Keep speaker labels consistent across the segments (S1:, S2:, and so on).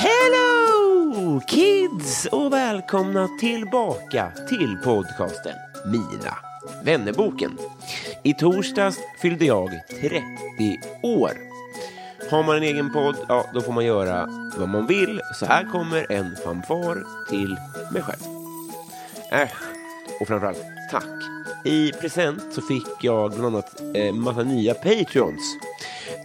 S1: Hello kids och välkomna tillbaka till podcasten Mina vännerboken. I torsdags fyllde jag 30 år. Har man en egen podd, ja då får man göra vad man vill. Så här kommer en fanfar till mig själv. Äsch, och framförallt tack. I present så fick jag bland annat eh, massa nya Patreons.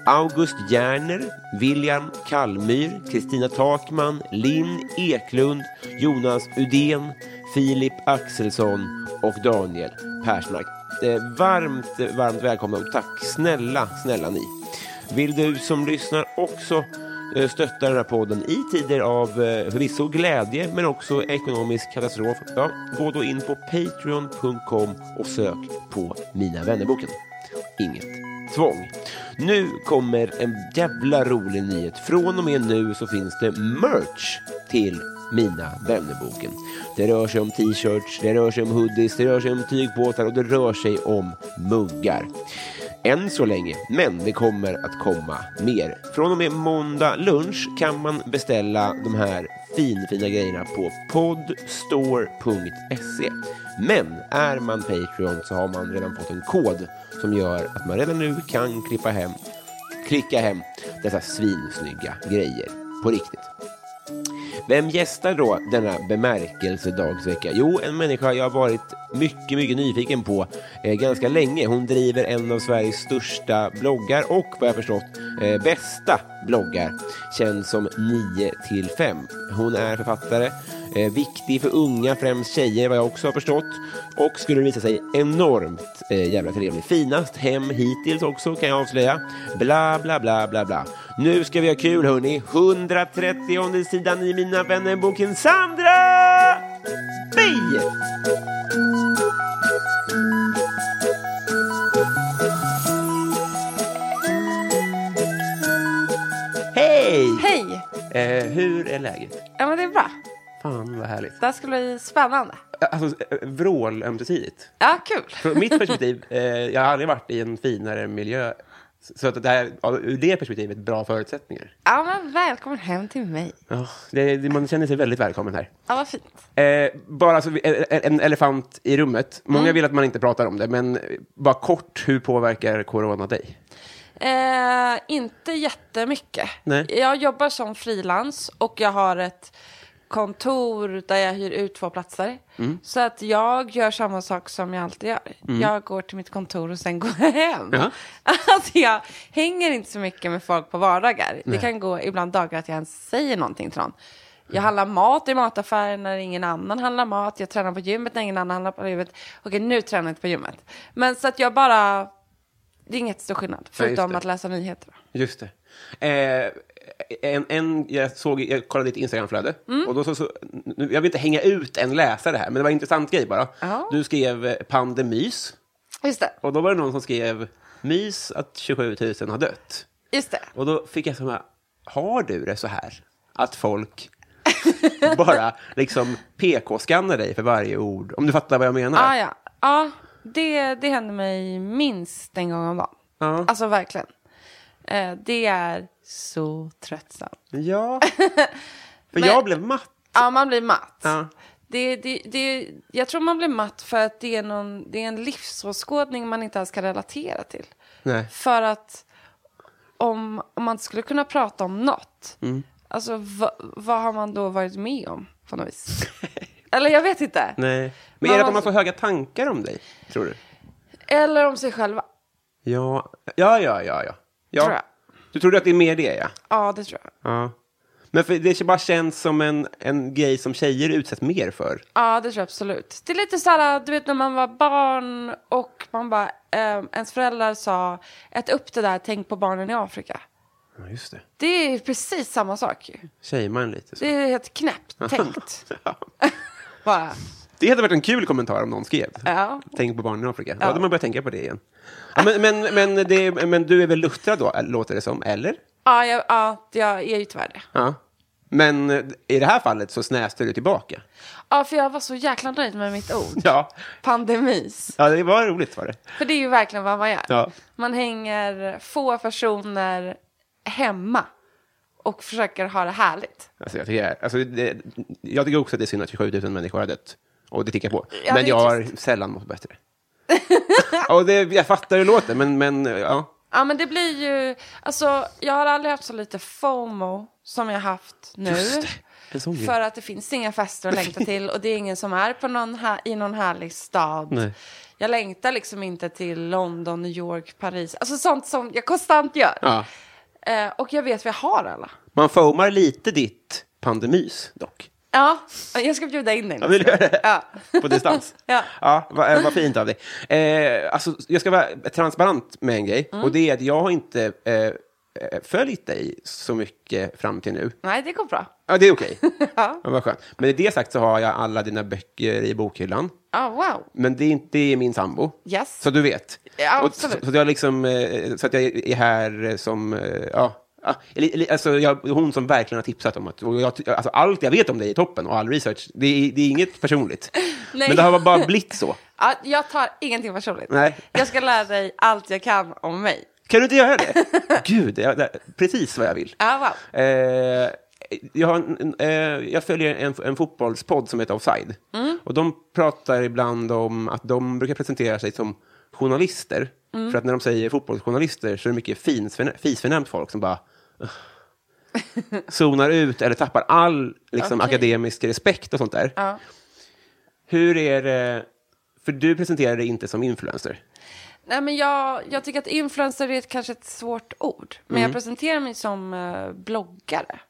S1: August Järner, William Kallmyr, Kristina Takman, Linn Eklund, Jonas Udén, Filip Axelsson och Daniel Persmark. Eh, varmt, eh, varmt välkomna och tack snälla, snälla ni. Vill du som lyssnar också eh, stöttar den här podden i tider av eh, förvisso glädje men också ekonomisk katastrof. Ja, gå då in på patreon.com och sök på Mina vännerboken. Inget tvång. Nu kommer en jävla rolig nyhet. Från och med nu så finns det merch till Mina vännerboken. Det rör sig om t-shirts, det rör sig om hoodies, det rör sig om tygbåtar och det rör sig om muggar än så länge, men det kommer att komma mer. Från och med måndag lunch kan man beställa de här finfina grejerna på podstore.se. Men är man Patreon så har man redan fått en kod som gör att man redan nu kan klippa hem, klicka hem dessa svinsnygga grejer på riktigt. Vem gästar då denna bemärkelsedagsvecka? Jo, en människa jag har varit mycket, mycket nyfiken på eh, ganska länge. Hon driver en av Sveriges största bloggar och vad jag förstått eh, bästa bloggar, känd som 9 till 5. Hon är författare, eh, viktig för unga, främst tjejer vad jag också har förstått och skulle det visa sig enormt eh, jävla trevlig. Finast hem hittills också kan jag avslöja. Bla, bla, bla, bla, bla. Nu ska vi ha kul hörni. 130 sidan i Mina vänner-boken Sandra Beijer! Hej!
S2: Hej!
S1: Eh, hur är läget?
S2: Ja men det är bra.
S1: Fan vad härligt.
S2: Det här skulle bli spännande.
S1: Alltså eh, vrål ömsesidigt.
S2: Ja, kul.
S1: Från mitt perspektiv, eh, jag har aldrig varit i en finare miljö. Så att det här, ja, ur det perspektivet, bra förutsättningar.
S2: Ja men välkommen hem till mig.
S1: Ja, det, det, man känner sig väldigt välkommen här.
S2: Ja vad fint.
S1: Eh, bara så, vi- en- en elefant i rummet. Många vill att man inte pratar om det, men eh, bara kort, hur påverkar corona dig?
S2: Eh, inte jättemycket.
S1: Nej.
S2: Jag jobbar som frilans och jag har ett kontor där jag hyr ut två platser. Så att jag gör samma sak som jag alltid gör. Jag går till mitt kontor och sen går jag hem.
S1: Ja.
S2: Alltså jag hänger inte så mycket med folk på vardagar. Det kan gå ibland dagar att jag ens säger någonting till någon. Jag handlar mat i mataffären när ingen annan handlar mat. Jag tränar på gymmet när ingen annan handlar på gymmet. Okej, nu tränar jag inte på gymmet. Men så att jag bara... Det är inget stor skillnad, förutom
S1: det.
S2: att läsa nyheter.
S1: Just det. Eh, en, en, jag, såg, jag kollade ditt Instagramflöde.
S2: Mm.
S1: Och då så, så, nu, jag vill inte hänga ut en läsare här, men det var en intressant grej bara.
S2: Ja.
S1: Du skrev eh, pandemys,
S2: Just det.
S1: och då var det någon som skrev mys att 27 000 har dött.
S2: Just det.
S1: Och då fick jag såna, har du det så här? Att folk bara liksom PK-skannar dig för varje ord, om du fattar vad jag menar.
S2: Ah, ja, ja. Det, det händer mig minst en gång om dagen.
S1: Ja.
S2: Alltså verkligen. Eh, det är så tröttsamt.
S1: Ja. För
S2: Men-
S1: jag blev matt.
S2: Ja, man blir matt.
S1: Ja.
S2: Det, det, det, jag tror man blir matt för att det är, någon, det är en livsåskådning man inte alls kan relatera till.
S3: Nej.
S2: För att om, om man inte skulle kunna prata om något, alltså va, vad har man då varit med om på något vis? Eller jag vet inte.
S3: Nej. Men
S2: Man
S3: är det att man
S2: måste-
S3: får höga tankar om dig, tror du?
S2: Eller om sig själva.
S3: Ja, ja, ja, ja. ja. ja.
S2: Tror jag.
S3: Du tror att det är mer det, ja?
S2: Ja, det tror jag.
S3: Ja. Men för det bara känns som en, en grej som tjejer utsätts mer för.
S2: Ja, det tror jag absolut. Det är lite så här, du vet när man var barn och man bara, eh, ens föräldrar sa, ät upp det där, tänk på barnen i Afrika.
S3: Ja, just det.
S2: Det är precis samma sak ju.
S3: Tjejman lite. Så.
S2: Det är helt knäppt tänkt. bara.
S3: Det hade varit en kul kommentar om någon skrev.
S2: Ja.
S3: Tänk på barnen i Afrika. Då hade man börjat tänka på det igen. Ja, men, men, men, det, men du är väl luttrad då, äh, låter det som, eller?
S2: Ja, jag, ja, jag är ju tyvärr det.
S3: Ja. Men äh, i det här fallet så snäste du tillbaka.
S2: Ja, för jag var så jäkla nöjd med mitt ord.
S3: Ja,
S2: Pandemis.
S3: ja det var roligt var det.
S2: För det är ju verkligen vad man gör.
S3: Ja.
S2: Man hänger få personer hemma och försöker ha det härligt.
S3: Alltså, jag, tycker, alltså, det, jag tycker också att det är synd att 27 000 människor har dött. Och det tickar på.
S2: Ja,
S3: men
S2: det är
S3: jag har sällan mått bättre. och det, jag fattar hur det låter, men, men ja.
S2: Ja, men det blir ju... Alltså, jag har aldrig haft så lite FOMO som jag haft nu.
S3: Just det. En sån grej.
S2: För att det finns inga fester att längta till och det är ingen som är på någon här, i någon härlig stad.
S3: Nej.
S2: Jag längtar liksom inte till London, New York, Paris. Alltså sånt som jag konstant gör.
S3: Ja.
S2: Eh, och jag vet vad jag har alla.
S3: Man foamar lite ditt pandemys dock.
S2: Ja, jag ska bjuda in dig.
S3: Ja, vill du göra det?
S2: Ja.
S3: På distans?
S2: Ja.
S3: ja vad, eh, vad fint av dig. Eh, alltså, jag ska vara transparent med en
S2: Mm.
S3: grej. Och det är att jag har inte eh, eh, följt dig så mycket fram till nu.
S2: Nej, det går bra.
S3: Ja, det är okej.
S2: Ja.
S3: ja, vad skönt. Men i det sagt så har jag alla dina böcker i bokhyllan.
S2: Ja, wow.
S3: Men det är, inte, det är min sambo.
S2: Yes.
S3: Så du vet.
S2: Ja,
S3: Och
S2: absolut.
S3: Så, så, jag liksom, eh, så att jag är här eh, som... eh, Ja, ja, eller- eller- alltså jag, hon som verkligen har tipsat om att... Och jag, ty- alltså allt jag vet om dig är toppen och all research. Det är, det är inget personligt.
S2: Nej.
S3: Men det har bara blivit så.
S2: Ja, jag tar ingenting personligt.
S3: Nej.
S2: Jag ska lära dig allt jag kan om mig.
S3: Kan du inte göra det? Gud, jag, det, precis vad jag vill.
S2: Ja, wow.
S3: Eh, jag, har en, en, eh, jag följer en, en fotbollspodd som heter Offside.
S2: Mm.
S3: Och de pratar ibland om att de brukar presentera sig som journalister.
S2: Mm.
S3: För att när de säger fotbollsjournalister så är det mycket finsförnä- fisförnämt folk som bara "Ugh." zonar ut eller tappar all liksom,
S2: Okej.
S3: akademisk respekt och sånt där.
S2: Ja.
S3: Hur är det, för du presenterar dig inte som influencer.
S2: Nej, men jag, jag tycker att influencer är ett, kanske ett svårt ord. Men
S3: Mm.
S2: jag presenterar mig som eh, bloggare.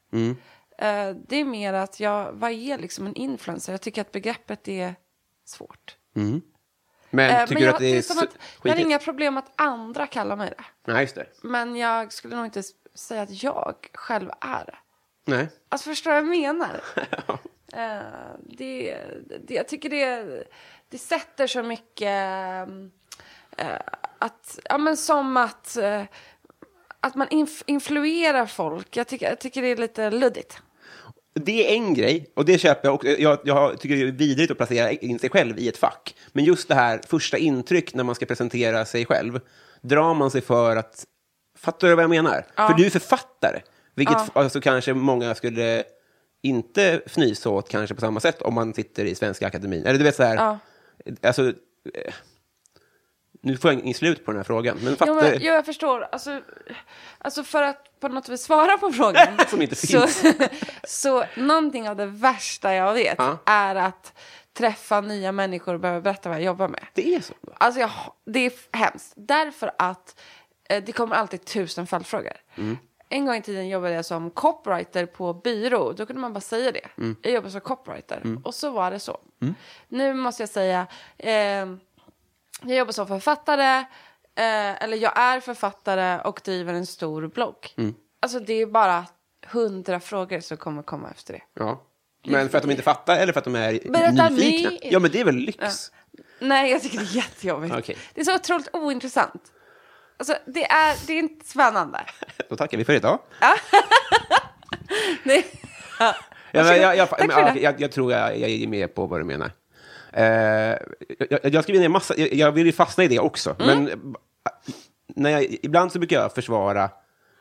S2: Eh, det är mer att jag, vad är liksom en influencer? Jag tycker att begreppet är svårt.
S3: Men
S2: Eh, men
S3: tycker du
S2: jag,
S3: att det är,
S2: är som
S3: så-
S2: att, jag har
S3: skitigt?
S2: inga problem att andra kallar mig det.
S3: Nej, just det.
S2: Men jag skulle nog inte s- säga att jag själv är det.
S3: Nej.
S2: Alltså förstår du vad jag menar? Eh, det, det, jag tycker det, det sätter så mycket... eh, att, ja, men som att, eh, att man inf- influerar folk. Jag tycker, jag tycker det är lite luddigt.
S3: Det är en grej, och det köper jag också. Jag, jag tycker det är vidrigt att placera in sig själv i ett fack. Men just det här första intryck när man ska presentera sig själv, drar man sig för att... Fattar du vad jag menar? För du är författare, vilket f- alltså, kanske många skulle inte fnysa åt kanske på samma sätt om man sitter i Svenska Akademin. Eller du vet så här...
S2: Ja.
S3: Alltså, eh, nu får jag ingen slut på den här frågan, men
S2: Jo,
S3: fattar
S2: men, jo, jag förstår. Alltså, alltså för att på något vis svara på frågan.
S3: Som inte
S2: Så, så någonting av det värsta jag vet
S3: Ja.
S2: är att träffa nya människor och behöva berätta vad jag jobbar med.
S3: Det är så. då.
S2: Alltså jag, det är f- hemskt. Därför att eh, det kommer alltid tusen följdfrågor. En gång i tiden jobbade jag som copywriter på byrå. Då kunde man bara säga det. Jag jobbar som copywriter. Och så var det så. Nu måste jag säga, eh, jag jobbar som författare. Eh, eller jag är författare och driver en stor blogg. Alltså det är bara hundra frågor som kommer komma efter det.
S3: Ja. Men för att de inte fattar eller för att de är
S2: Berätta
S3: nyfikna?
S2: mer.
S3: Ja, men det är väl lyx?
S2: Nej, jag tycker det är jättejobbigt.
S3: Okej.
S2: Det är så otroligt ointressant. Alltså, det är, det är inte spännande.
S3: Då tackar vi för idag.
S2: Nej. Ja.
S3: Ja, men
S2: Varsågod.
S3: jag, jag,
S2: Tack
S3: men,
S2: för
S3: ja,
S2: det.
S3: jag, jag tror jag, jag är med på vad du menar. Eh, jag, jag, jag skriver ner massa, jag, jag vill ju fastna i det också.
S2: Mm.
S3: Men eh, när jag, ibland så brukar jag försvara,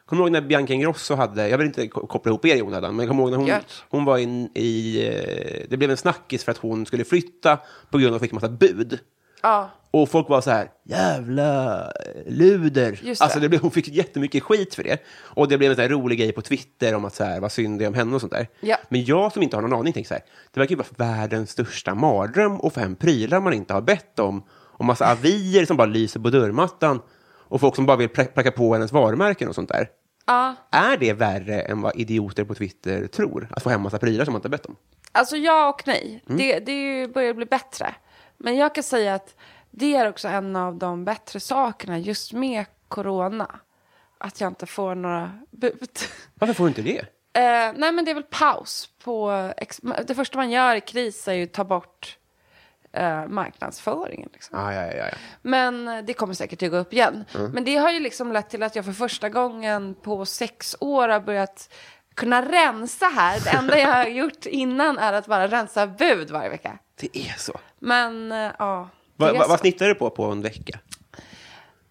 S3: kommer du ihåg när Bianca Ingrosso hade, jag vill inte ko- koppla ihop er i onödan, men kommer du ihåg när hon,
S2: Gör.
S3: hon var in, i, eh, det blev en snackis för att hon skulle flytta på grund av att hon fick en massa bud.
S2: Ja.
S3: Och folk var så här, jävla luder.
S2: Just
S3: alltså
S2: det.
S3: det blev, hon fick jättemycket skit för det. Och det blev en sån här rolig grej på Twitter om att så här, vad synd det är om henne och sånt där.
S2: Ja.
S3: Men jag som inte har någon aning tänker så här, det verkar ju vara världens största mardröm och få hem prylar man inte har bett om. Och massa avier som bara lyser på dörrmattan. Och folk som bara vill pla- placka på hennes varumärken och sånt där.
S2: Ja.
S3: Är det värre än vad idioter på Twitter tror? Att få hem massa prylar som man inte har bett om?
S2: Alltså ja och nej. Det, det är ju- börjar bli bättre. Men jag kan säga att det är också en av de bättre sakerna just med corona. Att jag inte får några bud.
S3: Varför får du inte det?
S2: Eh, nej, men det är väl paus på... Ex- det första man gör i kris är ju att ta bort eh, marknadsföringen. Liksom.
S3: Ah, ja, ja, ja.
S2: Men eh, det kommer säkert att gå upp igen.
S3: Mm.
S2: Men det har ju liksom lett till att jag för första gången på sex år har börjat kunna rensa här. Det enda jag har gjort innan är att bara rensa bud varje vecka.
S3: Det är så.
S2: Men eh, ja, det
S3: Va,
S2: är
S3: va, vad
S2: så.
S3: snittar du på på en vecka?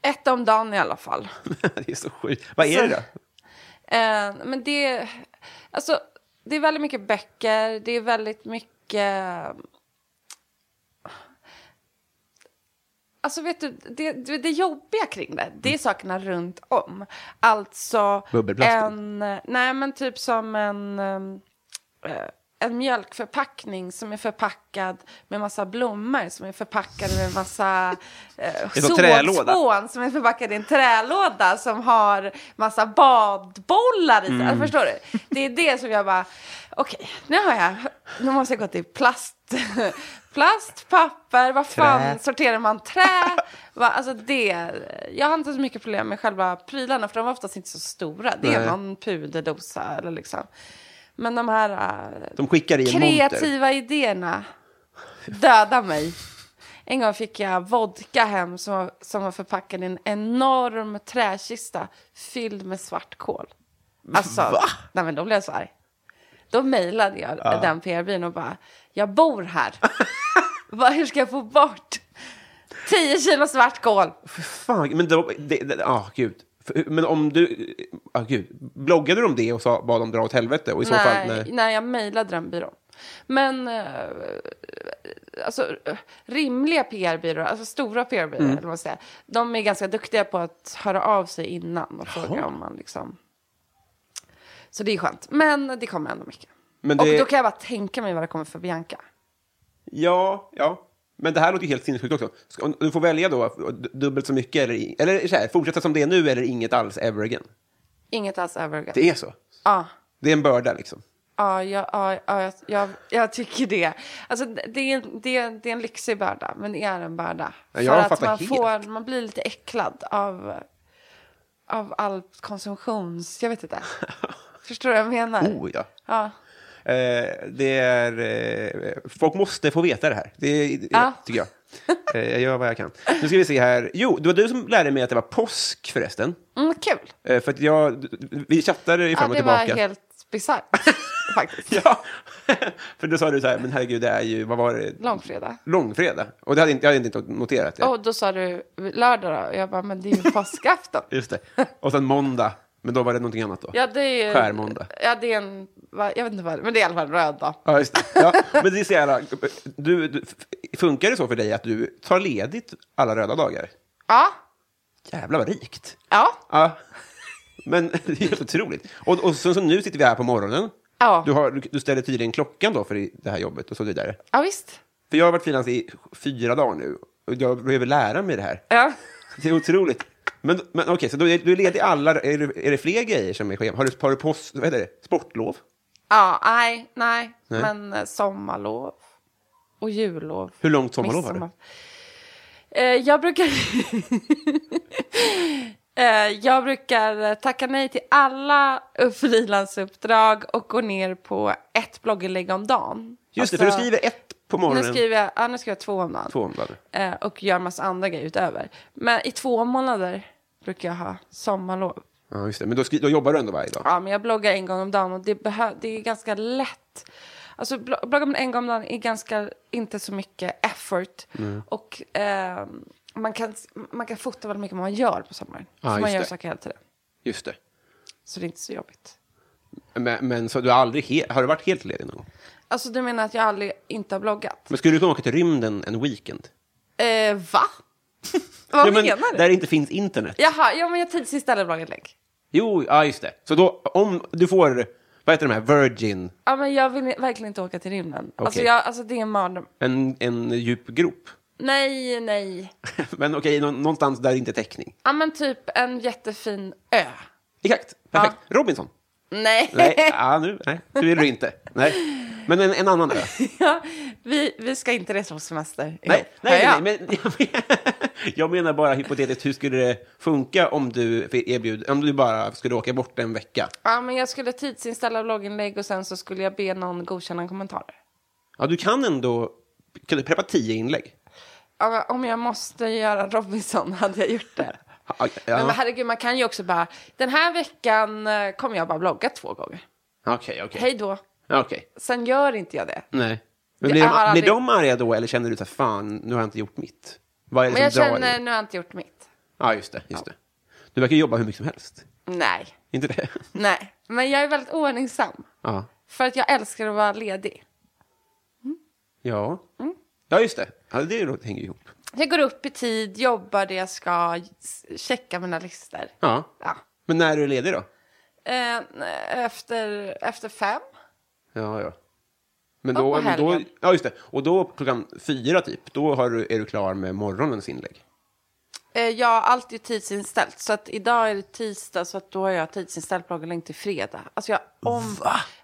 S2: Ett om dagen i alla fall.
S3: det är så sjukt. Vad är det då?
S2: Eh, men det, alltså, det är väldigt mycket böcker, det är väldigt mycket... Alltså vet du, det, det, det jobbiga kring det, det är sakerna runt om. Alltså
S3: Bubbelplasten.
S2: en, nej men typ som en, eh, en mjölkförpackning som är förpackad med massa blommor som är förpackade med massa eh,
S3: är som trälåda.
S2: sågspån som är förpackade i en trälåda som har massa badbollar i sig.
S3: Mm.
S2: Alltså, förstår du? Det är det som jag bara, okej, nu har jag, nu måste jag gå till plast, plast, papper, vad fan
S3: Trä.
S2: sorterar man trä? Va, alltså det, jag har inte så mycket problem med själva prylarna för de var oftast inte så stora. Det är
S3: Nej.
S2: någon puderdosa eller liksom. Men de här eh,
S3: De skickar i en monter.
S2: kreativa idéerna dödar mig. En gång fick jag vodka hem som var, som var förpackad i en enorm träkista fylld med svartkål. Alltså, nej men då blev jag så arg. Då mejlade jag den PR-byrån och bara, jag bor här. Vad- Hur ska jag få bort 10 kilo svartkål?
S3: Fan, men då, det, det, ah, gud. För- Men om du... Ah, gud. Bloggade du om det och sa, bad dem dra åt helvete? Och i så fall...
S2: nej,
S3: Nej.
S2: jag mejlade den byrån. Men eh, alltså, eh, rimliga PR-byråer, alltså stora PR-byråer,
S3: Mm.
S2: eller vad man säger, de är ganska duktiga på att höra av sig innan och fråga om man liksom... Så det är skönt. Men det kommer ändå mycket.
S3: Men
S2: Och
S3: det,
S2: då kan jag bara tänka mig vad det kommer för Bianca.
S3: Ja, ja. Men det här låter ju helt sinnessjukt också. Ska, om du får välja då, du- dubbelt så mycket eller... i- Eller så här, fortsätta som det är nu eller inget alls ever again.
S2: Inget alls övervägande.
S3: Det är så.
S2: Ja.
S3: Det är en börda liksom.
S2: Ja, ja, ja, ja jag, jag, jag tycker det. Alltså, det, det, är, en- det, är, en- det är en lyxig börda, men det är en börda.
S3: Ja, jag
S2: att
S3: fattar
S2: man,
S3: helt.
S2: får, man blir lite äcklad av, av all konsumtions... Jag vet inte. Förstår du vad jag menar?
S3: Oh, ja.
S2: Ja.
S3: Eh, det är, eh, folk måste få veta det här, det, det-
S2: Ja.
S3: tycker jag. Eh, jag gör vad jag kan. Nu ska vi se här. Jo, det var du som lärde mig att det var påsk förresten.
S2: Mm, kul.
S3: Eh, för att jag, vi chattade ju
S2: Ja,
S3: fram
S2: det
S3: och tillbaka.
S2: var helt bisarrt, faktiskt.
S3: Ja, för då sa du så här, men herregud, det är ju, vad var det?
S2: Långfredag.
S3: Långfredag. Och det hade inte, jag hade inte noterat det.
S2: Och då sa du lördag då? Och Jag bara, men det är ju påskafton.
S3: Just det. Och sen måndag, men då var det någonting annat då.
S2: Ja, det är ju...
S3: Skärmåndag.
S2: Ja, det är en... va- Jag vet inte vad det är, men det är i alla fall en röd dag.
S3: Ja, just det. Ja, men det är så jävla, du, du, funkar det så för dig att du tar ledigt alla röda dagar?
S2: Ja.
S3: Jävlar vad rikt.
S2: Ja.
S3: Ja. Men det är helt otroligt. Och, och sen så nu sitter vi här på morgonen.
S2: Ja.
S3: Du, har, du ställer tydligen klockan då för det här jobbet och så vidare.
S2: Ja, visst.
S3: För jag har varit frilans i fyra dagar nu och jag behöver lära mig det här.
S2: Ja.
S3: Det är otroligt. Men, men okej, så då är, du är ledig alla... Är det, är det fler grejer som är schema? Har du, har du post, vad heter det? sportlov?
S2: Ja, nej, nej.
S3: Nej.
S2: Men eh, sommarlov och jullov.
S3: Hur långt sommarlov har du?
S2: midsommar. Eh, jag brukar... eh, jag brukar eh, tacka nej till alla eh, frilansuppdrag och gå ner på ett blogginlägg om dagen.
S3: Just det, för du
S2: Alltså,
S3: skriver ett på morgonen.
S2: Nu skriver jag, ja, nu skriver jag två om dagen.
S3: Två om dagen.
S2: Eh, och gör massa andra grejer utöver. Men i två månader brukar jag ha sommarlov.
S3: Ja, just det. Men då, skri, då jobbar du ändå varje dag?
S2: Ja, men jag bloggar en gång om dagen och det, behö- det är ganska lätt. Alltså blo- bloggar man en gång om dagen är ganska, inte så mycket effort. Och ehm, man, kan, man kan fota väldigt mycket man gör på sommaren.
S3: Ja,
S2: så man
S3: just
S2: gör
S3: det.
S2: saker hela tiden.
S3: Just det.
S2: Så det är inte så jobbigt.
S3: Men, men så du har aldrig he, har du varit helt ledig någon gång?
S2: Alltså du menar att jag aldrig inte har bloggat?
S3: Men skulle du kunna åka till rymden en weekend?
S2: Eh, va? Vad
S3: Ja, men
S2: menar du?
S3: Där det inte finns internet.
S2: Jaha, ja, men jag tids istället bloggat länk.
S3: Jo, ja just det. Så då, om du får, vad heter de här, Virgin,
S2: Ja, men jag vill verkligen inte åka till rymden. Alltså,
S3: Okej.
S2: jag, alltså, det är en mardröm.
S3: en, en djup grop.
S2: Nej, nej.
S3: Men okej, nå- någonstans där det inte är täckning.
S2: Ja, men typ en jättefin ö.
S3: Exakt, perfekt. Robinson.
S2: Nej.
S3: Nej, ja, nu, nej, det vill du inte. Nej. Men en, en annan ö.
S2: Ja, vi, vi ska inte resa på semester ihop.
S3: Nej, nej,
S2: Hör jag?
S3: nej, men jag menar bara hypotetiskt, hur skulle det funka om du, erbjud, om du bara skulle åka bort en vecka?
S2: Ja, men jag skulle tidsinställa blogginlägg och sen så skulle jag be någon godkänna kommentarer.
S3: Ja, du kan ändå, kan du preppa tio inlägg?
S2: Ja, men Om jag måste göra Robinson hade jag gjort det.
S3: Ja,
S2: Men
S3: ja.
S2: herregud, man kan ju också bara, den här veckan eh, kommer jag bara blogga två gånger.
S3: Okej, okej.
S2: Hej då.
S3: Okej,
S2: Sen gör inte jag det.
S3: nej. Men
S2: Det
S3: blir,
S2: har
S3: de- blir
S2: aldrig-
S3: de arga då, eller känner du så här, fan, nu har jag inte gjort mitt? Vad är det
S2: Men jag
S3: som drar
S2: känner,
S3: dig?
S2: nu har jag inte gjort mitt.
S3: Ja, just det, just det. Du verkar jobba hur mycket som helst.
S2: Nej,
S3: Inte det?
S2: nej. Men jag är väldigt oordningsam.
S3: Ja.
S2: För att jag älskar att vara ledig.
S3: Ja.
S2: Mm.
S3: Ja, just det. Ja, det hänger ju ihop.
S2: Jag går upp i tid, jobbar det jag ska, s- checkar mina listor.
S3: Ja.
S2: Ja.
S3: Men när är du ledig då?
S2: Eh, efter, efter fem.
S3: Ja, ja. Men
S2: Ja,
S3: då,
S2: på
S3: men då,
S2: helgen.
S3: ja, just det. Och då klockan fyra typ, då har du, är du klar med morgonens inlägg.
S2: Eh, jag har alltid tidsinställt. Så att idag är det tisdag, så att då har jag tidsinställt bloggen länge till fredag. Alltså jag om...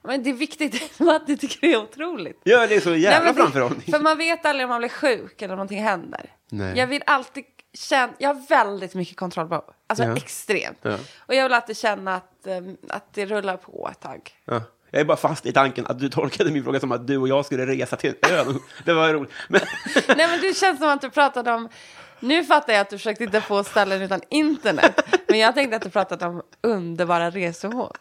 S2: Men det är viktigt att ni tycker det är otroligt.
S3: Ja, det är så
S2: Nej,
S3: jävla
S2: men det-
S3: framförhållning.
S2: För man vet aldrig om man blir sjuk eller om någonting händer.
S3: Nej.
S2: Jag vill alltid känna, jag har väldigt mycket kontrollbehov. Alltså
S3: Ja.
S2: extremt.
S3: Ja.
S2: Och jag vill alltid känna att, eh, att det rullar på ett tag.
S3: Ja. Jag är bara fast i tanken att du tolkade min fråga som att du och jag skulle resa till en ö. Det var roligt. Men,
S2: Nej men det känns som att du pratade om, nu fattar jag att du försökte hitta på ställen utan internet. Men jag tänkte att du pratade om underbara resmål.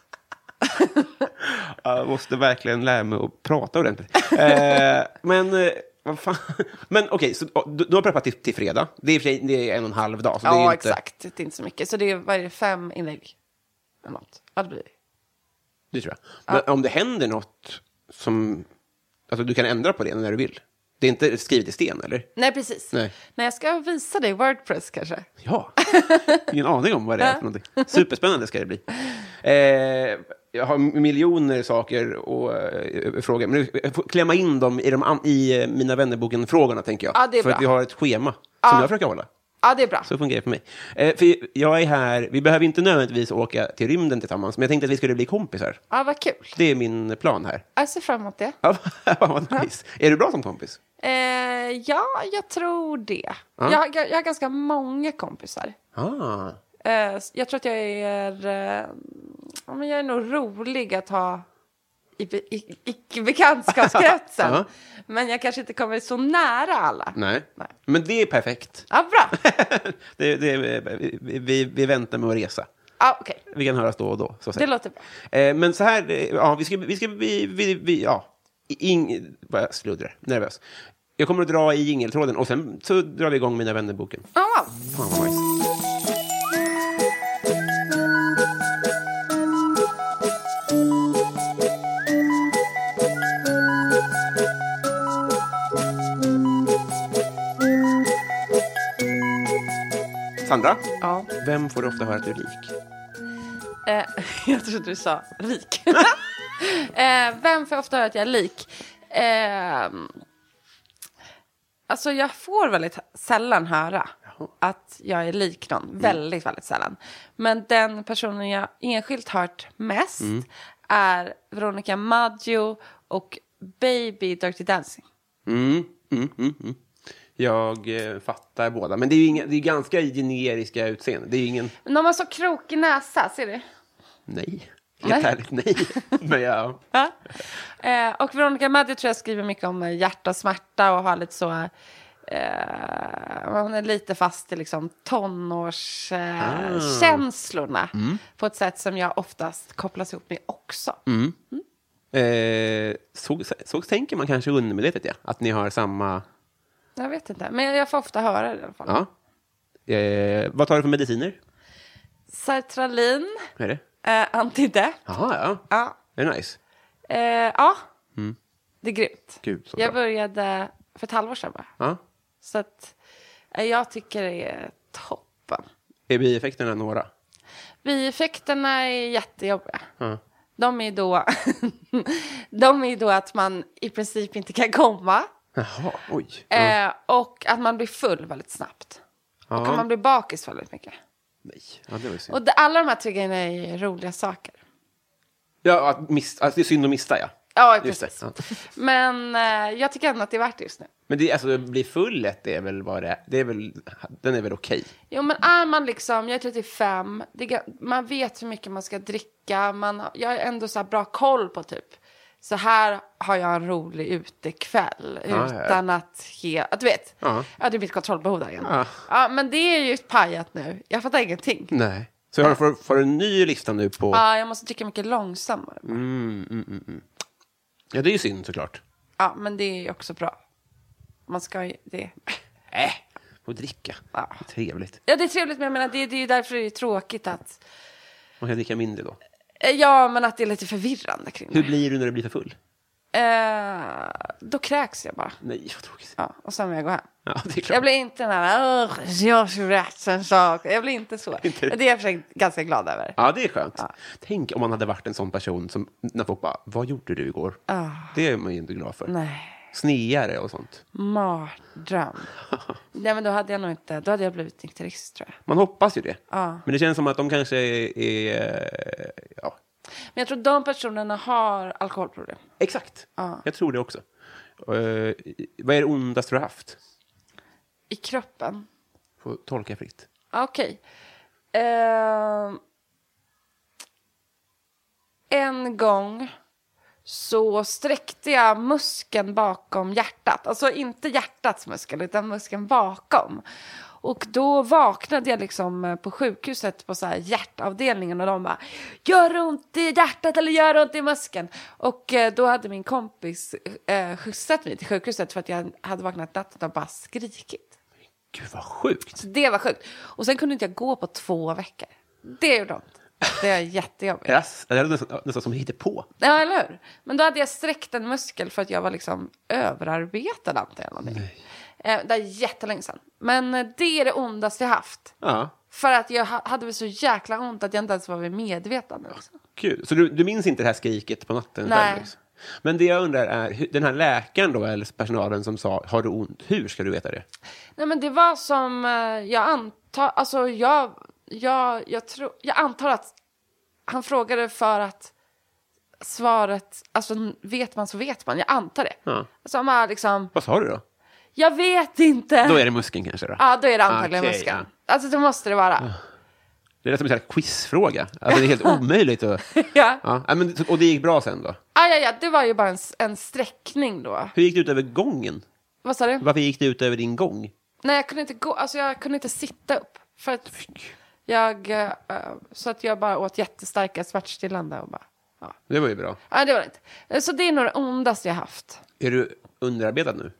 S3: jag måste verkligen lära mig att prata ordentligt. Eh, men eh, vad fan. Men okej, så ja, du, du har preppat till, till fredag. Det är, i och för sig- det är en och en halv dag. Så det är
S2: Ja
S3: ju inte,
S2: exakt, det är inte så mycket. Så det är, vad är det, fem inlägg? Eller något. Ja, det blir det.
S3: Det tror jag. Men om det händer något som... Alltså, du kan ändra på det när du vill. Det är inte skrivet i sten, eller?
S2: Nej precis.
S3: Nej.
S2: Nej jag ska visa dig Wordpress kanske.
S3: Ja. Ingen aning om vad det är för någonting. Superspännande ska det bli. Eh, jag har miljoner saker och eh, frågor. Men jag får klämma in dem i, de, an- i eh, Mina vännerboken-frågorna, tänker jag.
S2: Ja, det är
S3: för att
S2: bra.
S3: vi har ett schema som
S2: Ja.
S3: jag försöker hålla.
S2: Ja det är bra.
S3: Så funkar det för mig. Eh, för jag är här, vi behöver inte nödvändigtvis åka till rymden tillsammans, men jag tänkte att vi skulle bli kompisar.
S2: Ja vad kul.
S3: Det är min plan här.
S2: Jag ser fram emot det.
S3: Ja, vad nice. Är du bra som kompis?
S2: Eh, ja, jag tror det.
S3: Ja.
S2: Jag, jag, jag har ganska många kompisar.
S3: Ah.
S2: Eh, s- jag tror att jag är... Eh, ja, men jag är nog rolig att ha i, be- i, i bekantskapskretsen.
S3: Ja.
S2: Men jag kanske inte kommer så nära alla.
S3: Nej.
S2: Nej.
S3: Men det är perfekt.
S2: Ja, bra.
S3: det, det, vi- vi, vi väntar med att resa.
S2: Ja, Okej,
S3: Vi kan höras då och då. Så
S2: det
S3: att säga.
S2: låter bra.
S3: Eh, men så här, eh, ja, vi ska... Vi ska vi, vi, vi, ja. Ing, bara jag sluddrar, nervös. Jag kommer att dra i jingeltråden och sen så drar vi igång Mina vännerboken.
S2: Ja,
S3: Fan vad nice. Sandra,
S2: ja.
S3: vem får du ofta höra att du är lik?
S2: Eh, jag trodde du sa rik. eh, vem får jag ofta höra att jag är lik? Eh, alltså jag får väldigt sällan höra att jag är lik någon. Väldigt, väldigt sällan. Men den personen jag enskilt hört mest är Veronica Maggio och Baby i Dirty Dancing.
S3: Mm, mm, mm, mm. Jag eh, fattar båda, men det är ju inga, det är ganska generiska utseende. Det är ju ingen...
S2: Men de har så krokig näsa, ser du?
S3: Nej. Helt
S2: Nej.
S3: ärligt, nej. men ja.
S2: Ja. Eh, och Veronica Maggio tror jag skriver mycket om eh, hjärta och smärta och har lite så... Eh, hon är lite fast i liksom tonårskänslorna eh, känslorna
S3: Ah. Mm.
S2: på ett sätt som jag oftast kopplas ihop med också.
S3: Mm. Eh, så, så tänker man kanske undermedvetet, ja. Att ni har samma...
S2: Jag vet inte, men jag får ofta höra det i alla fall.
S3: Ja. Eh, vad tar du för mediciner?
S2: Sertralin,
S3: Är det?
S2: eh, antidepp.
S3: Jaha, ja.
S2: Ja,
S3: Är det nice?
S2: eh, ja. det är grymt.
S3: Mm. Gud, så
S2: jag
S3: bra.
S2: började för ett halvår sedan bara.
S3: Ja.
S2: Så att, Eh, Jag tycker det är toppen.
S3: Är bieffekterna några?
S2: Bieffekterna är jättejobbiga.
S3: Ja.
S2: De är, då de är då att man i princip inte kan komma
S3: Jaha, oj.
S2: eh, och att man blir full väldigt snabbt. Och
S3: Ja.
S2: att man blir bakis väldigt mycket.
S3: Nej, ja, det var ju synd.
S2: Och det, alla de här tre grejerna är ju roliga saker.
S3: Ja, att miss, alltså, det är synd att missa, ja.
S2: Ja,
S3: Just
S2: precis.
S3: det,
S2: Men eh, jag tycker ändå att det är värt det just nu.
S3: Men det, alltså, bli full lätt, det är väl vad det är. det är. Väl, den är väl okej?
S2: Jo, men är man liksom, jag är 35, det, är ga- man vet hur mycket man ska dricka, man, har- jag har ändå så här bra koll på typ, så här har jag en rolig utekväll
S3: ja.
S2: utan att he, att du vet,
S3: Ja.
S2: ja. det är mitt kontrollbehov där igen.
S3: Ja. Mm.
S2: Ja. men det är ju pajat nu, jag fattar ingenting.
S3: Nej. Så jag får, får en ny lista nu på...
S2: Ja, jag måste dricka mycket långsammare.
S3: Ja, det är ju synd såklart.
S2: Ja, men det är ju också bra. Man ska ju, det.
S3: Äh, och dricka.
S2: Eh. Ja.
S3: Trevligt.
S2: Ja, det är trevligt, men jag menar, det, det är ju därför det är tråkigt att, eh,
S3: Man kan dricka mindre då.
S2: ja, men att det är lite förvirrande kring det.
S3: Hur blir du när du blir för full?
S2: Eh, då kräks jag bara.
S3: Nej, vad tråkigt.
S2: Ja, och sen vill jag gå hem.
S3: Ja, det är klart.
S2: Jag blir inte den här, "Åh, jag skulle berätta en sak. Jag blir inte så. Det är jag i och för sig ganska glad över.
S3: Ja, det är skönt. Tänk om man hade varit en sån person som när folk bara, vad gjorde du igår? Det är man ju inte glad för.
S2: Ah, Nej,
S3: Sneare och sånt.
S2: mardröm. Nej, men då hade jag nog inte, då hade jag blivit nykterist tror jag.
S3: Man hoppas ju det. Men det känns som att de kanske är... är ja,
S2: Men jag tror de personerna har alkoholproblem.
S3: exakt. Jag tror det också. Eh, vad är det ondaste du har haft?
S2: I kroppen.
S3: Får tolka fritt.
S2: Ja, Okej. Ehm. en gång så sträckte jag muskeln bakom hjärtat. Alltså inte hjärtats muskel, utan muskeln bakom. Och då vaknade jag liksom eh, på sjukhuset på så här hjärtavdelningen och de bara Gör det ont i hjärtat eller gör det ont i muskeln? Och eh, då hade min kompis eh, skjutsat mig till sjukhuset för att jag hade vaknat natten och bara skrikit.
S3: Gud, vad sjukt.
S2: Det var sjukt. Och sen kunde inte jag gå på två veckor. Det gjorde ont. Det var jättejobbigt.
S3: Yes. Det är nästan, nästan som hittepå.
S2: Ja, eller hur? Men då hade jag sträckt en muskel för att jag var liksom överarbetad antar jag.
S3: Mm.
S2: någonting. Eh, Det är jättelänge sedan. Men eh, det är det ondaste jag haft.
S3: Ja.
S2: För att jag ha- hade väl så jäkla ont att jag inte ens var vid medvetande. liksom.
S3: Kul. Så du, du minns inte det här skriket på natten?
S2: Nej.
S3: själv, liksom? Men det jag undrar är, hur- den här läkaren då, eller personalen som sa har du ont, hur ska du veta det?
S2: Nej, men det var som eh, jag antar, alltså jag, jag, jag, tror, jag antar att han frågade för att svaret, alltså vet man så vet man, jag antar det.
S3: Ja.
S2: Alltså han bara liksom,
S3: Vad sa du då?
S2: jag vet inte.
S3: Då är det muskeln kanske då?
S2: Eh. Ja, då är det antagligen
S3: Okej,
S2: muskeln. Alltså det måste det vara.
S3: Det är som en sån här quizfråga. Alltså, det är helt omöjligt. Och,
S2: Ja.
S3: ja. Ja, men, och det gick bra sen då?
S2: Ah, ja, ja, det var ju bara en, s- en sträckning då.
S3: Hur gick det ut över gången?
S2: Vad sa du?
S3: Varför gick det ut över din gång?
S2: Nej, jag kunde inte gå, alltså jag kunde inte sitta upp. För att jag, eh, eh, så att jag bara åt jättestarka smärtstillande och bara, ja.
S3: Det var ju bra.
S2: Nej, det var det inte. Eh, Så det är nog det ondaste jag haft.
S3: Är du underarbetad nu?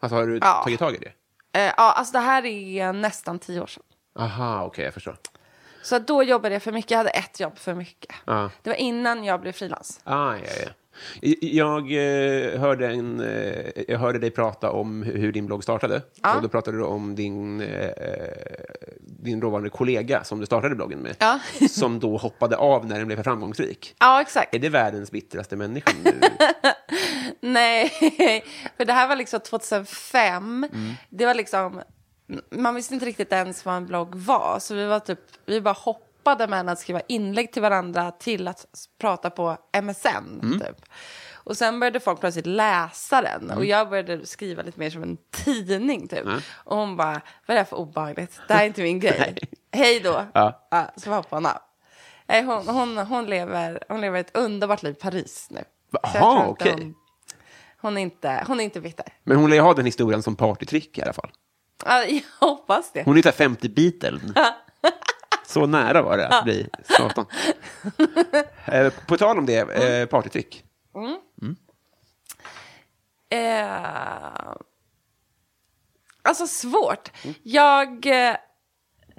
S3: Alltså har du
S2: Ja.
S3: tagit tag i det?
S2: Eh, ja, alltså det här är nästan tio år sedan.
S3: Aha, okej, jag förstår.
S2: Så att då jobbade jag för mycket, jag hade ett jobb för mycket.
S3: Ja.
S2: Det var innan jag blev frilans.
S3: Ah, ja, ja. I- Jag, eh, hörde en, eh, jag hörde dig prata om hu- hur din blogg startade. Och då pratade du om din, eh, din dåvarande kollega som du startade bloggen med.
S2: Ja.
S3: som då hoppade av när den blev för framgångsrik.
S2: Ja, exakt.
S3: Är det världens bittraste människa nu?
S2: Nej, för det här var liksom 2005.
S3: Mm.
S2: Det var liksom, man visste inte riktigt ens vad en blogg var. Så vi var typ, vi bara hoppade mellan att skriva inlägg till varandra till att s- prata på MSN.
S3: Mm.
S2: Typ. Och sen började folk plötsligt läsa den. Och
S3: Mm.
S2: jag började skriva lite mer som en tidning typ. Och hon bara, vad är det här för obehagligt? Det här är inte min grej. Hej då.
S3: Ja.
S2: så hoppade hon av. Nej, hon, hon, hon, lever, hon lever ett underbart liv i Paris nu. Så jag
S3: Jaha,
S2: tror inte
S3: okej.
S2: hon- Hon är inte, hon är inte bitter.
S3: Men hon lär ju ha den historien som partytrick i alla fall.
S2: Ja, Jag hoppas det.
S3: Hon är ju så här 50 Beatles. Så nära var det att bli Satan. Eh, På tal om det, eh, partytrick.
S2: Eh, alltså svårt.
S3: Mm.
S2: Jag, eh,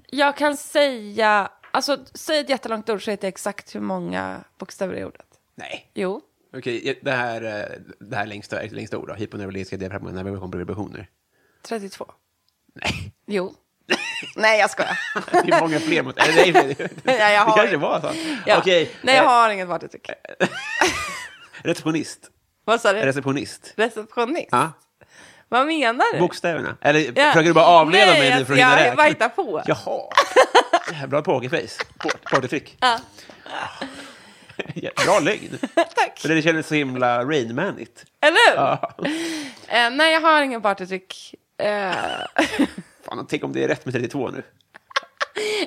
S2: jag kan säga, alltså säg ett jättelångt ord så vet jag exakt hur många bokstäver det är i ordet.
S3: Nej.
S2: Jo,
S3: Okej, det här, eh, det här längsta, längsta ord då. Hyponeurologiska diafragmanervösa kompressioner.
S2: 32.
S3: Nej,
S2: Jo. Nej, jag skojar.
S3: det är många fler mot... Nej, nej, nej.
S2: Ja, jag har-
S3: Det kanske var så.
S2: Ja.
S3: Okej,
S2: Nej, jag
S3: eh,
S2: har inget partytrick.
S3: receptionist.
S2: Vad sa du?
S3: Receptionist.
S2: Receptionist?
S3: Ja,
S2: Vad menar du?
S3: bokstäverna. Eller
S2: Ja.
S3: försöker du bara avleda
S2: Nej,
S3: mig nu
S2: jag-
S3: för att hinna
S2: jag
S3: räkna?
S2: bara hittar på.
S3: Jaha. Jävla pokerface. Hårt Partytrick.
S2: Ja.
S3: Bra lögn.
S2: Tack.
S3: Men det kändes så himla Rain Man-igt.
S2: Eller hur?
S3: Ja.
S2: Eh, nej, jag har ingen partytrick. Eh,
S3: Fan, tänk om det är rätt med 32 nu.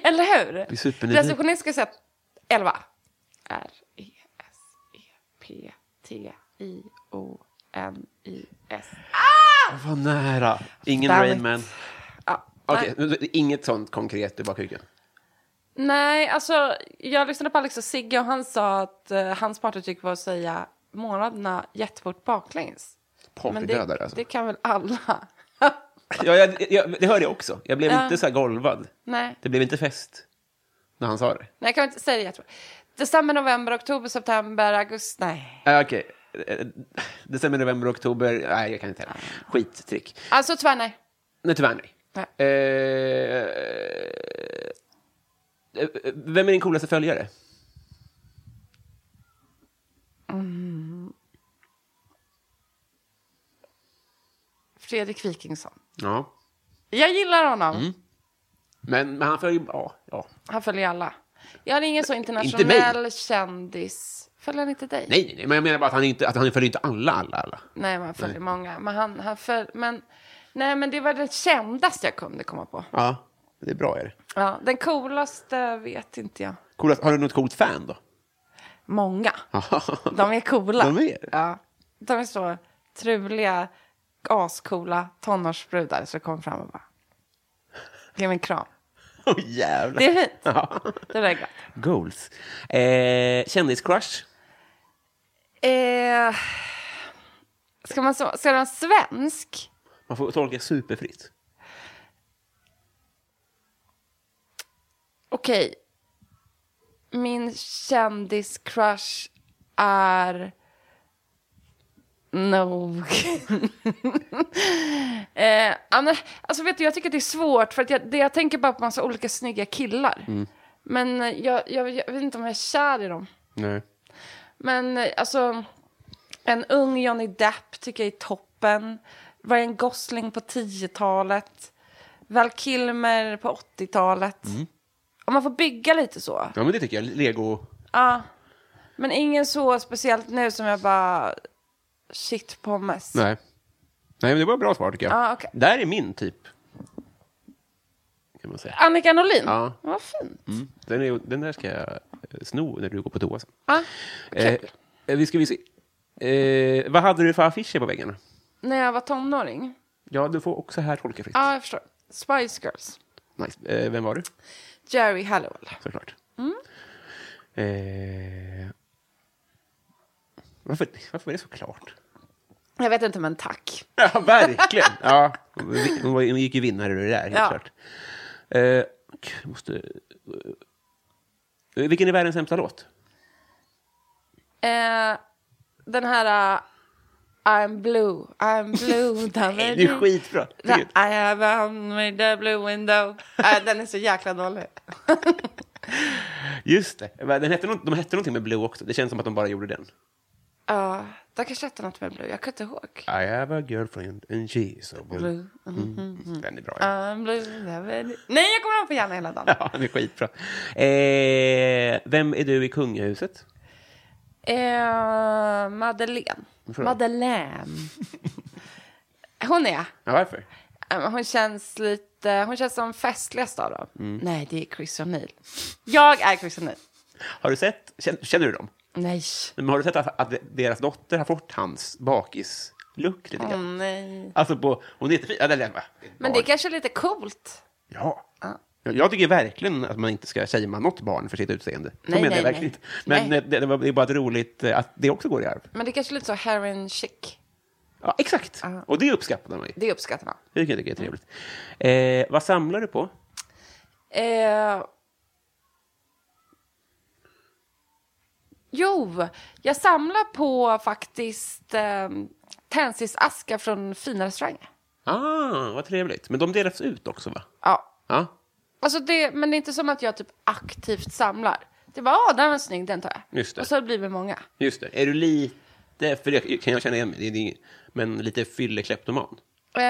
S2: eller hur?
S3: är supernyfiken.
S2: Receptionist ska jag säga 11. R, E, S, E, P, T, I, O, N, I, S.
S3: Vad nära. Ingen
S2: Damn
S3: Rain
S2: it.
S3: Man.
S2: Ja.
S3: Okej, men det är inget sånt konkret du bara kuken.
S2: Nej, alltså jag lyssnade på Alex och Sigge och han sa att eh, hans partytrick var att säga månaderna jättefort baklänges. Men det,
S3: Partydödare alltså.
S2: det kan väl alla?
S3: Ja, jag, jag, det hörde jag också. Jag blev
S2: Ja.
S3: inte så här golvad.
S2: Nej.
S3: Det blev inte fest när han sa det.
S2: Nej, jag kan inte säga det jättebra. December, november, oktober, september, augusti. Nej.
S3: Äh, Okej. Eh, December, november, oktober. Nej, jag kan inte heller. Skittrick.
S2: Alltså tyvärr nej.
S3: Nej, tyvärr nej.
S2: Nej.
S3: Eh, eh, eh, vem är din coolaste följare?
S2: Fredrik Wikingsson.
S3: Ja.
S2: Jag gillar honom.
S3: Mm. Men, men han följer... Ja. ja.
S2: Han följer alla. Jag har ingen så internationell kändis. Följer han inte dig?
S3: Nej, nej, nej, men jag menar bara att han, inte, att han följer inte alla, alla, alla.
S2: Nej, man följer många. Men han, han föl... men... Nej, men det var det kändaste jag kunde komma på.
S3: Ja, det är bra är det.
S2: Ja, den coolaste vet inte jag.
S3: Coolast, har du något coolt fan då?
S2: Många. De är coola.
S3: De är det?
S2: Ja. De är så truliga, ascoola tonårsbrudar som kommer fram och bara... Ge mig en kram.
S3: Åh, jävlar.
S2: Det är fint.
S3: Ja.
S2: Det där är glatt.
S3: Goals. Eh, kändiscrush?
S2: Eh, ska man så, ska den vara svensk?
S3: Man får tolka superfritt.
S2: Okej. Min kändiscrush är nog... eh, ja, men, alltså vet du, jag tycker att det är svårt för att jag, det, jag tänker bara på massa olika snygga killar. Men eh, jag, jag, jag vet inte om jag är kär i dem.
S3: Nej.
S2: Men eh, alltså, en ung Johnny Depp tycker jag är toppen. Ryan Gosling på 10-talet. Val Kilmer på 80-talet.
S3: Mm.
S2: Om man får bygga lite så.
S3: Ja, men det tycker jag. Lego...
S2: Ja. Men ingen så speciellt nu som jag bara... Shit pommes.
S3: Nej. Nej, men det var ett bra svar tycker jag.
S2: Ja, okej.
S3: Där är min typ. Kan man säga.
S2: Annika Norlin?
S3: Ja.
S2: Vad fint.
S3: Mm. Den, är, den där ska jag eh, sno när du går på toa sen.
S2: Ja.
S3: Eh, eh, vi ska vi se. Eh, vad hade du för affischer på väggarna?
S2: När jag var tonåring?
S3: Ja, du får också här tolka fritt.
S2: Ja, jag förstår. Spice Girls.
S3: Ah. Nice. Eh, vem var du?
S2: Jerry Halliwell.
S3: Såklart. Eh, varför, varför är det så klart?
S2: Jag vet inte, men tack.
S3: Ja, verkligen. Ja, hon, var, hon gick ju vinnare ur det där, helt
S2: Ja.
S3: klart. Eh, k- måste, eh, vilken är världens sämsta låt?
S2: Eh, den här uh, I'm blue, I'm blue down
S3: Nej,
S2: the-
S3: det är skitbra.
S2: Ra-
S3: Tycker
S2: I have a with the blue window. Nej, den är så jäkla dålig.
S3: du? Just det. Den hette, nå- de hette någonting med Blue också. Det känns som att de bara gjorde den.
S2: Ja, de kanske hette något med blue, jag kommer inte ihåg.
S3: I have a girlfriend and she's so blue.
S2: Blue.
S3: Mm, Den är bra. Ja.
S2: I'm blue never... Nej, jag kommer ihåg på hjärnan hela dagen.
S3: Ja, den är skitbra. Eh, vem är du i kungahuset?
S2: Eh, Madeleine.
S3: Varför då?
S2: Madeleine. Hon är.
S3: Ja, varför?
S2: eh, Hon känns lite... Hon känns som festligast av dem.
S3: Mm.
S2: Nej, det är Chris O'Neill. Jag är Chris O'Neill.
S3: Har du sett, känner, känner du dem?
S2: Nej.
S3: Men har du sett att, att deras dotter har fått hans bakisluck lite grann?
S2: Åh, nej.
S3: Alltså på, hon är jättefin. Ja, det är,
S2: Mm. Men det är kanske är lite coolt.
S3: Ja. Jag, jag tycker verkligen att man inte ska shamea något barn för sitt utseende. Så
S2: Nej,
S3: menar
S2: nej,
S3: jag verkligen
S2: nej.
S3: inte. Men
S2: Nej.
S3: eh, Det, det, var, det är bara ett roligt eh, att det också går i arv.
S2: Men det är kanske är lite så heroin chic.
S3: Ja, exakt.
S2: Ah.
S3: Och det uppskattar man ju.
S2: Det uppskattar man.
S3: Det tycker jag är trevligt. Eh, vad samlar du på?
S2: Eh... Jo, jag samlar på faktiskt eh, tändsticksaskar från fina restauranger.
S3: Ah, vad trevligt. Men de delas ut också, va?
S2: Ja.
S3: Ja.
S2: Alltså det, men det är inte som att jag typ aktivt samlar. Det är bara, ah, den var snygg, den tar jag.
S3: Just det.
S2: Och så blir det många.
S3: Just det. Är du lite, för jag kan jag känna igen mig, det är din- men lite fyllekleptoman?
S2: Eh,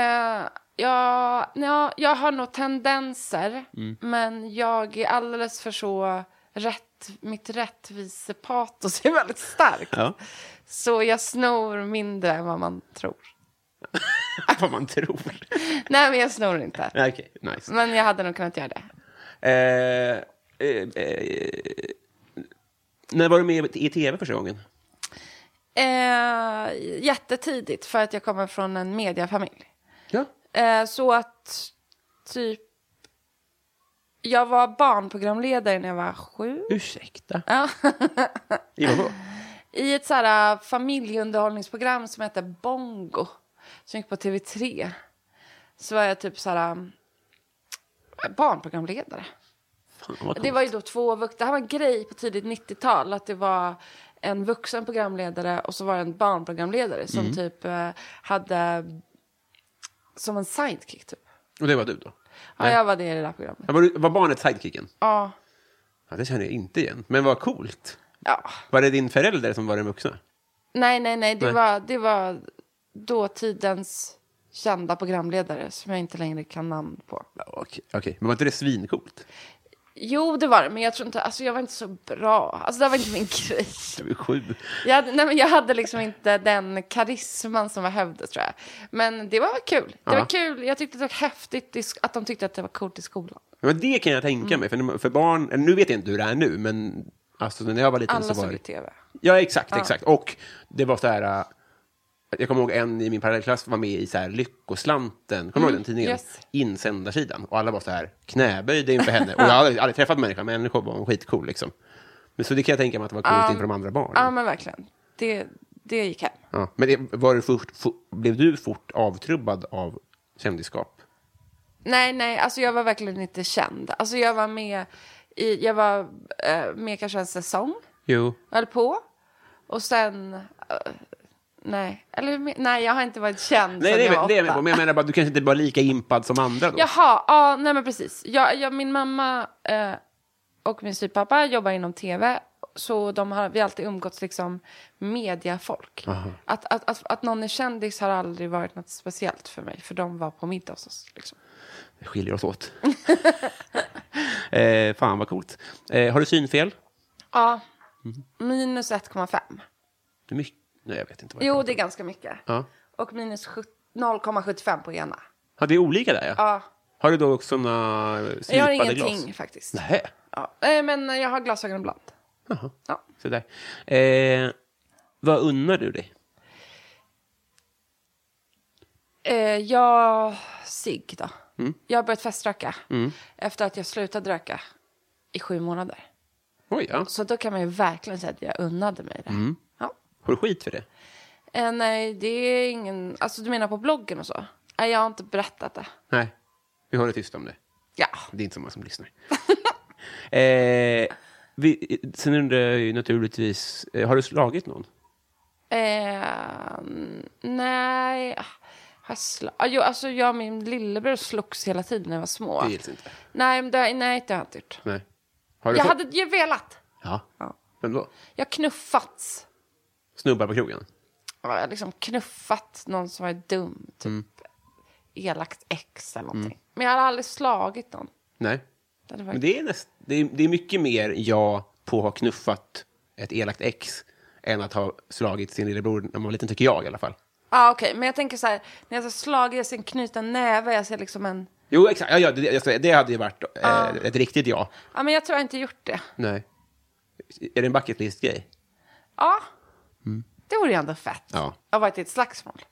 S2: jag, ja, jag har nog tendenser, men jag är alldeles för så... Rätt, mitt rättvisepatos är väldigt starkt.
S3: Ja.
S2: Så jag snor mindre än vad man tror.
S3: Vad man tror.
S2: Nej, men jag snor inte.
S3: Nej, Okej, nice.
S2: Men jag hade nog kunnat göra det.
S3: Eh, eh, eh, när var du med i tv första gången?
S2: Eh, jättetidigt, för att jag kommer från en mediafamilj.
S3: Ja.
S2: Eh, så att typ... Jag var barnprogramledare när jag var sju.
S3: Ursäkta?
S2: Ja.
S3: I vadå?
S2: I ett så här, äh, familjeunderhållningsprogram som hette Bongo, som gick på TV3. Så var jag typ så här, äh, barnprogramledare.
S3: Fan, vad
S2: Det
S3: coolt.
S2: var ju då två vuxna. Det här var en grej på tidigt 90-tal. Att det var en vuxen programledare och så var det en barnprogramledare som typ eh, hade som en sidekick typ.
S3: Och det var du då?
S2: Ja, jag var det i det där programmet.
S3: Ja, Var, du, var barnet sidekicken?
S2: Ja,
S3: Ja, det känner jag inte igen. Men vad coolt.
S2: ja.
S3: Var det din förälder som var den vuxna?
S2: Nej, nej, nej. Det,
S3: Nej.
S2: Var, det var dåtidens kända programledare som jag inte längre kan namn på.
S3: Ja, Okej, okej. men var inte det svincoolt?
S2: Jo, det var det, men jag tror inte... Alltså, jag var inte så bra. Alltså, det här var inte min grej.
S3: Jag var sju.
S2: Jag hade, nej, men jag hade liksom inte den karisman som var hävdad, tror jag. Men det var väl kul. Det
S3: Ja.
S2: var kul. Jag tyckte det var häftigt i sk- att de tyckte att det var coolt i skolan.
S3: Men det kan jag tänka mig. För, för barn, eller nu vet jag inte hur det är nu, men alltså, när jag var liten
S2: Alla
S3: så var
S2: såg
S3: det...
S2: ju tv.
S3: Ja, exakt, exakt. Och det var så här... äh, Jag kommer ihåg en i min parallellklass var med i så här Lyckoslanten, kommer du ihåg den tidningen?
S2: Mm, yes.
S3: Insändarsidan. Och alla var så här, knäböj, det är inför henne. Och jag har aldrig, aldrig träffat människan, men människor var skitcool liksom. Men så det kan jag tänka mig att det var coolt inför de andra barnen.
S2: Ja, men verkligen. Det, det gick hem.
S3: ja. Men det, var du fort, fo- blev du fort avtrubbad av kändisskap?
S2: Nej, nej, alltså jag var verkligen inte känd. Alltså jag var med i, jag var eh, med kanske en säsong,
S3: Jo.
S2: höll på. Och sen, eh, nej, eller me- nej, jag har inte varit känd
S3: Nej,
S2: sen
S3: det
S2: jag var
S3: är, det är jag med
S2: åtta.
S3: på. Men jag menar bara, du kanske inte var lika impad som andra då?
S2: Jaha, ja, nej men precis. Jag, jag, min mamma eh, och min styvpappa jobbar inom tv. Så de har, vi har alltid umgåtts liksom mediafolk. Att, att, att, att någon är kändis har aldrig varit något speciellt för mig. För de var på middag hos oss. Liksom.
S3: Det skiljer oss åt. eh, fan, vad coolt. Eh, har du synfel?
S2: Ja,
S3: Mhm.
S2: minus 1,5.
S3: Det är mycket... Nej, jag vet inte. Vad jag
S2: Jo,
S3: pratar
S2: det är ganska mycket.
S3: Ja.
S2: Och minus sjut- 0,75 på ena.
S3: om. ja, det är olika där, ja.
S2: Ja.
S3: Har du då också såna eh, slipade
S2: Jag har ingenting
S3: glas?
S2: faktiskt.
S3: Nej.
S2: Ja. Eh, Men jag har glasögon ibland.
S3: Jaha.
S2: Ja.
S3: Så där. Eh, vad unnar du dig?
S2: Eh, jag, cigg då.
S3: Mm.
S2: Jag har börjat feströka efter att jag slutade röka i sju månader.
S3: Oj, ja.
S2: Så då kan man ju verkligen säga att jag unnade mig det.
S3: Mm.
S2: Ja.
S3: Får du skit för det?
S2: Eh, nej, det är ingen... Alltså du menar på bloggen och så? Nej, jag har inte berättat det.
S3: Nej. Vi håller tyst om det.
S2: Ja.
S3: Det är inte så många som lyssnar. eh, vi, sen undrar jag ju naturligtvis, eh, har du slagit någon?
S2: Eh, nej. Har jag sla- Ah, jo, alltså jag och min lillebror slogs hela tiden när jag var små.
S3: Det gills inte.
S2: Nej, men det, nej, det har jag inte gjort.
S3: Nej. Har du
S2: Jag
S3: fått-
S2: hade ju velat.
S3: Ja.
S2: Ja.
S3: Vem då?
S2: Jag har knuffats.
S3: Snubbar på krogen?
S2: Ja, jag har liksom knuffat någon som var dum, typ
S3: Mm.
S2: elakt ex eller någonting. Men jag har aldrig slagit någon.
S3: Nej.
S2: Det hade varit...
S3: Mm. Men det är, näst, det, är, det är mycket mer jag på att ha knuffat ett elakt ex än att ha slagit sin lillebror när man var liten, tycker jag i alla fall.
S2: ah, okej, men jag tänker så här, när jag ser slagit, jag ser en knuten näve, jag ser liksom en...
S3: Jo, exakt. Ja, ja, det, jag ska- det hade ju varit eh, ett riktigt ja.
S2: Ja, men jag tror jag inte gjort det. Ja,
S3: Nej. Är det en bucket list-grej?
S2: det vore ju ändå fett.
S3: Mm. Ja. Mm.
S2: Jag har varit i ett slagsmål.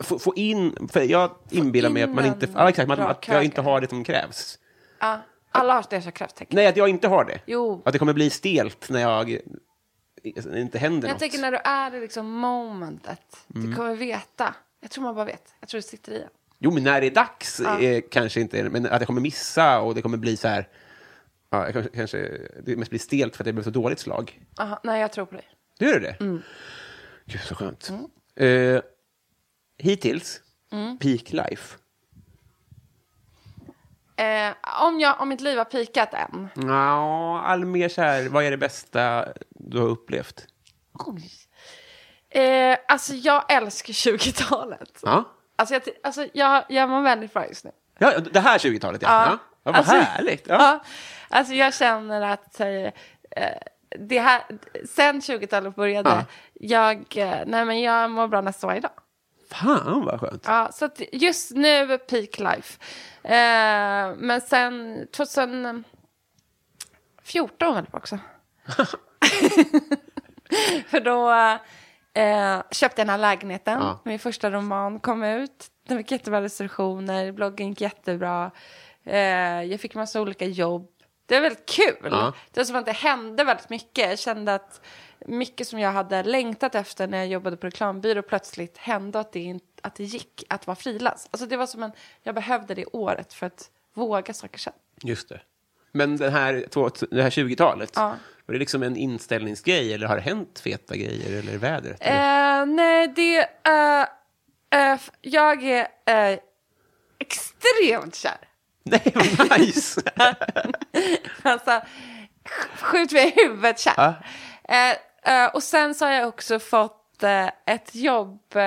S3: Få, få in... För jag inbillar mig att man
S2: in
S3: inte...
S2: en
S3: Ja, exakt. Man,
S2: bra
S3: att jag inte
S2: krögare.
S3: har det som krävs.
S2: Ja. Alla har deras kräfttecken.
S3: Nej, att jag inte har det.
S2: Jo.
S3: Att det kommer bli stelt när jag... när det inte händer
S2: Jag
S3: något. Mm.
S2: tänker när du är i liksom momentet, du kommer veta. Jag tror man bara vet. Jag tror det sitter i en.
S3: Jo, men när det är dags eh, kanske inte, men att jag kommer missa och det kommer bli så här... Ja, jag kanske, kanske, det mest blir stelt för att det blev så dåligt slag.
S2: Aha, nej, jag tror på dig. Mm.
S3: Du gör det? Gud, så skönt. Eh, hittills
S2: Mm.
S3: Peak life?
S2: Eh, om, jag, om mitt liv har pikat än.
S3: Ja, all mer så här, vad är det bästa du har upplevt?
S2: Oj. Eh, alltså jag älskar 20-talet.
S3: Ja,
S2: Alltså, jag, alltså jag, jag mår väldigt bra just nu.
S3: ja det här 20-talet ja. ja. ja vad
S2: alltså-
S3: härligt. Ja.
S2: ja. Alltså jag känner att eh, det här, sen 20-talet började,
S3: Ja.
S2: jag, eh, nej men jag mår bra nästan varje dag.
S3: Fan vad skönt.
S2: Ja, så att just nu peak life. Eh, men sen 2014 väl också. För då eh, köpte jag den här lägenheten.
S3: Ja.
S2: Min första roman kom ut. Den fick jättebra recensioner, bloggen gick jättebra. Eh, jag fick massa olika jobb. Det var väldigt kul.
S3: Ja.
S2: Det var som att det hände väldigt mycket. Jag kände att mycket som jag hade längtat efter när jag jobbade på reklambyrå plötsligt hände att det, inte, att det gick att vara frilans. Alltså det var som en, jag behövde det året för att våga saker sen.
S3: Just det. Men den här, två- det här 20-talet,
S2: Ja.
S3: var det liksom en inställningsgrej eller har det hänt feta grejer eller vädret? eller?
S2: Eh, nej, det... eh, eh, f- jag är eh, extremt kär.
S3: Nej, vad nice!
S2: alltså, sk- skjut mig i huvudet kär.
S3: Ja.
S2: Eh, eh, och sen så har jag också fått eh, ett jobb, eh,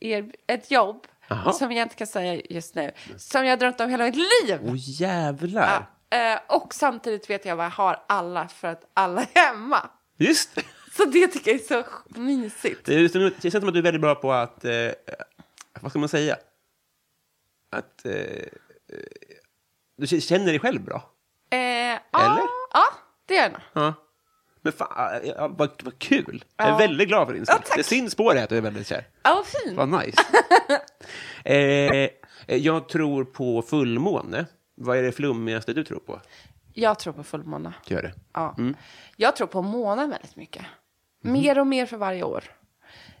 S2: erb- ett jobb
S3: Jaha.
S2: som jag inte kan säga just nu, som jag har drömt om hela mitt liv.
S3: Åh jävlar!
S2: Ja, eh, och samtidigt vet jag vad jag har alla för att alla är hemma.
S3: Just det.
S2: Så det tycker jag är så sk- mysigt.
S3: det! är som- Det känns som att du är väldigt bra på att, eh, vad ska man säga? Att eh, eh, du k- känner dig själv bra.
S2: Eh, Eller?
S3: Eller?
S2: Ja, ja, det gör jag nog.
S3: Ja. Men fan, ja, vad, vad kul! Jag är väldigt glad för din skull.
S2: Ja, tack.
S3: det syns på dig att du är väldigt kär.
S2: Ja, vad fint.
S3: Vad nice. eh, eh, jag tror på fullmåne. Vad är det flummigaste du tror på?
S2: Jag tror på fullmåne.
S3: Gör det.
S2: Ja. Jag tror på månen väldigt mycket. Mer och mer för varje år.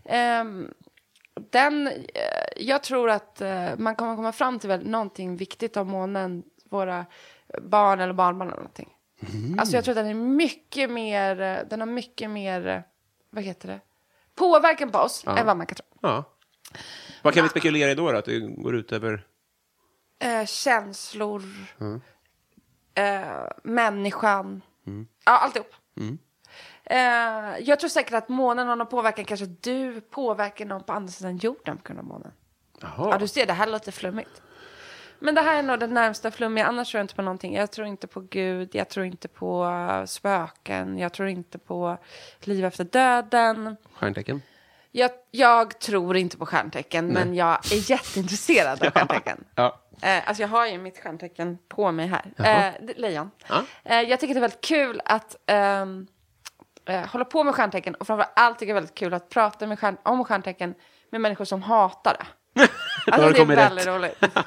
S2: Ehm, den, eh, jag tror att eh, man kommer komma fram till väl, någonting viktigt om månen, våra barn eller barnbarn eller någonting. Alltså jag tror att den är mycket mer, eh, den har mycket mer, eh, vad heter det, påverkan på oss än vad man kan tro.
S3: Ja. Vad kan vi spekulera i då, då? Att det går ut över...
S2: Eh, känslor,
S3: Mm.
S2: eh, människan,
S3: Mm.
S2: ja, alltihop. Eh, jag tror säkert att månen har någon påverkan, kanske du påverkar någon på andra sidan jorden på grund av månen. Ja,
S3: Jaha.
S2: du ser, det här låter flummigt. Men det här är nog det närmsta flummiga, annars tror jag inte på någonting. Jag tror inte på Gud, jag tror inte på eh, spöken, jag tror inte på liv efter döden.
S3: Stjärntecken.
S2: Jag, jag tror inte på stjärntecken, men jag är jätteintresserad av stjärntecken.
S3: Ja.
S2: Eh, alltså jag har ju mitt stjärntecken på mig här.
S3: Jaha.
S2: Eh, det- lejon.
S3: Ja.
S2: Eh, jag tycker det är väldigt kul att ehm, eh, hålla på med stjärntecken och framförallt tycker jag det är väldigt kul att prata med stjärn- om stjärntecken med människor som hatar det.
S3: har
S2: Alltså
S3: du
S2: det är
S3: kommit
S2: väldigt
S3: rätt.
S2: roligt.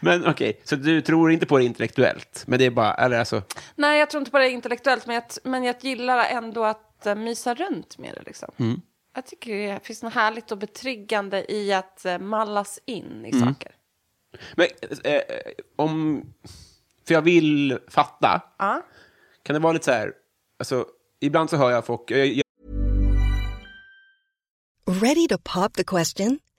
S3: men okej, så du tror inte på det intellektuellt? Men det är bara... Eller alltså...
S2: Nej, jag tror inte på det intellektuellt, men jag, t- men jag gillar ändå att eh, mysa runt med det. Liksom.
S3: Mm.
S2: Jag tycker det finns något härligt och betryggande i att eh, mallas in i
S3: Mm.
S2: saker.
S3: Men eh, eh, om... För jag vill fatta.
S2: Ja.
S3: Kan det vara lite så här... Alltså, ibland så hör jag folk... Jag, jag,
S4: Ready to pop the question?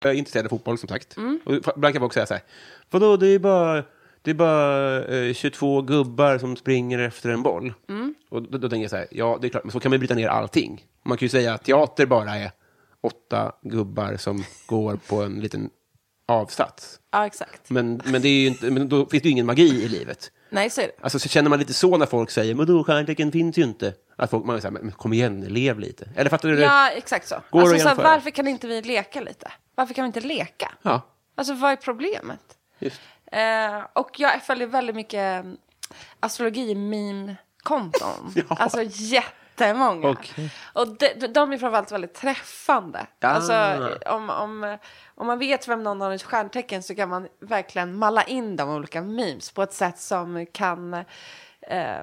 S3: jag är intresserad av fotboll, som sagt. Och ibland kan folk säga så här... Vadå, det är bara... Det är bara eh, 22 gubbar som springer efter en boll. Och då, då tänker jag så här, ja, det är klart, men så kan man bryta ner allting. Man kan ju säga att teater bara är åtta gubbar som går på en liten avsats.
S2: Ja, exakt.
S3: Men, men, det är ju inte, men då finns det ju ingen magi i livet.
S2: Nej, så är det.
S3: Alltså så känner man lite så när folk säger men då stjärntecken finns ju inte. Att folk, man säger men men kom igen, lev lite. Eller fattar du? det?
S2: Ja, exakt så.
S3: Går
S2: alltså,
S3: att
S2: så här,
S3: jämföra.
S2: varför kan inte vi leka lite? Varför kan vi inte leka?
S3: Ja,
S2: Alltså, vad är problemet?
S3: just.
S2: Eh, och jag följer väldigt mycket mm, astrologi-meme-konton.
S3: Ja.
S2: Alltså jättemånga.
S3: Okej.
S2: Och de, de- de är framförallt väldigt träffande.
S3: Ah.
S2: Alltså, eh, om, om, eh, om man vet vem någon har ett stjärntecken så kan man verkligen malla in de olika memes på ett sätt som kan eh,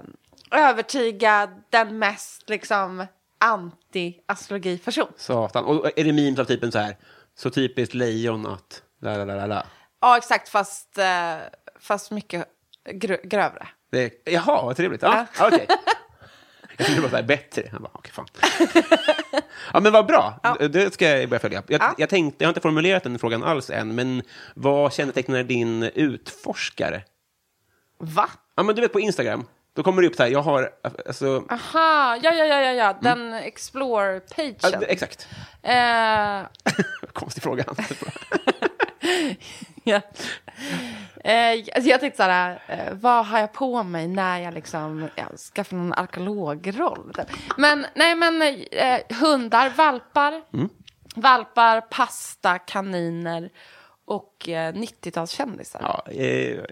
S2: övertyga den mest liksom anti-astrologi-person.
S3: Satan. Och är det memes av typen så här, så typiskt lejon att... La, la, la, la, la.
S2: Ja, exakt, fast, eh, fast mycket grö- grövre.
S3: Det är, jaha, vad trevligt. Ja, okej. Jag trodde det var så här bättre. Jag bara, okej, fan. ja, men vad bra. Det ska jag börja följa. Jag,
S2: Ja.
S3: jag, tänkte, jag har inte formulerat den frågan alls än, men vad kännetecknar din utforskare?
S2: Va?
S3: Ja, men du vet på Instagram, då kommer det upp så här, jag har... Alltså,
S2: Ah, Aha, ja, ja, ja, ja, ja. den explore-pagen.
S3: ja, det- exakt.
S2: Eh,
S3: Konstig fråga.
S2: ja. eh, alltså jag tänkte så här, eh, vad har jag på mig när jag liksom ja, skaffar någon arkeologroll? Men nej, men eh, hundar, valpar, valpar, pasta, kaniner och eh, 90-talskändisar. Ja.
S3: ja, eh,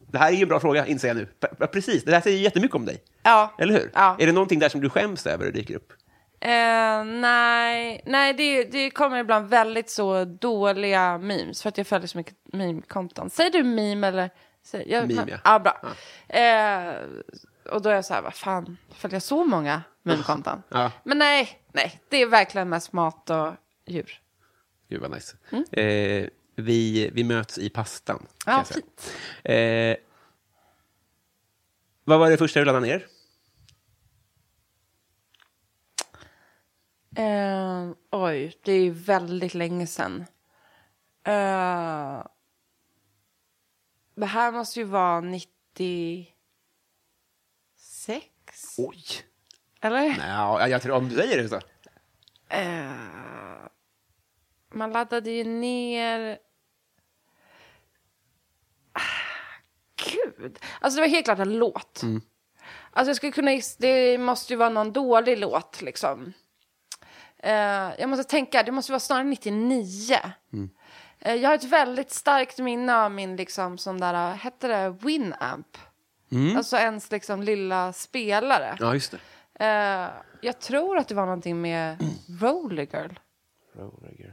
S3: det här är ju en bra fråga, inser jag nu. P- Precis, det här säger ju jättemycket om dig.
S2: ja.
S3: Eller hur?
S2: Ja.
S3: Är det någonting där som du skäms över och dyker upp?
S2: Eh, nej, nej det, det kommer ibland väldigt så dåliga memes för att jag följer så mycket meme-konton. Säger du meme eller? Säger, jag,
S3: Meme,
S2: men-
S3: ja.
S2: ja. ah, bra. Eh, och då är jag så här, vad fan, följer jag så många meme-konton?
S3: Ja.
S2: Men nej, nej, det är verkligen mest mat och djur.
S3: Gud vad nice. Eh, vi, vi möts i pastan. kan
S2: Mm. Ja,
S3: jag säga. Eh, vad var det första du laddade ner?
S2: Eh, oj, det är ju väldigt länge sedan. Eh, det här måste ju vara 96?
S3: Oj.
S2: Eller?
S3: Ja, jag tror, om du säger det så.
S2: Eh, man laddade ju ner... Ah, Gud. Alltså det var helt klart en låt. Alltså jag skulle kunna giss- Det måste ju vara någon dålig låt liksom. Eh, jag måste tänka, det måste vara snarare 99. Eh, jag har ett väldigt starkt minne av min liksom sån där, eh, hette det Winamp? Alltså ens liksom lilla spelare.
S3: Ja, just det.
S2: Eh, jag tror att det var någonting med Roller Girl.
S3: Roller Girl.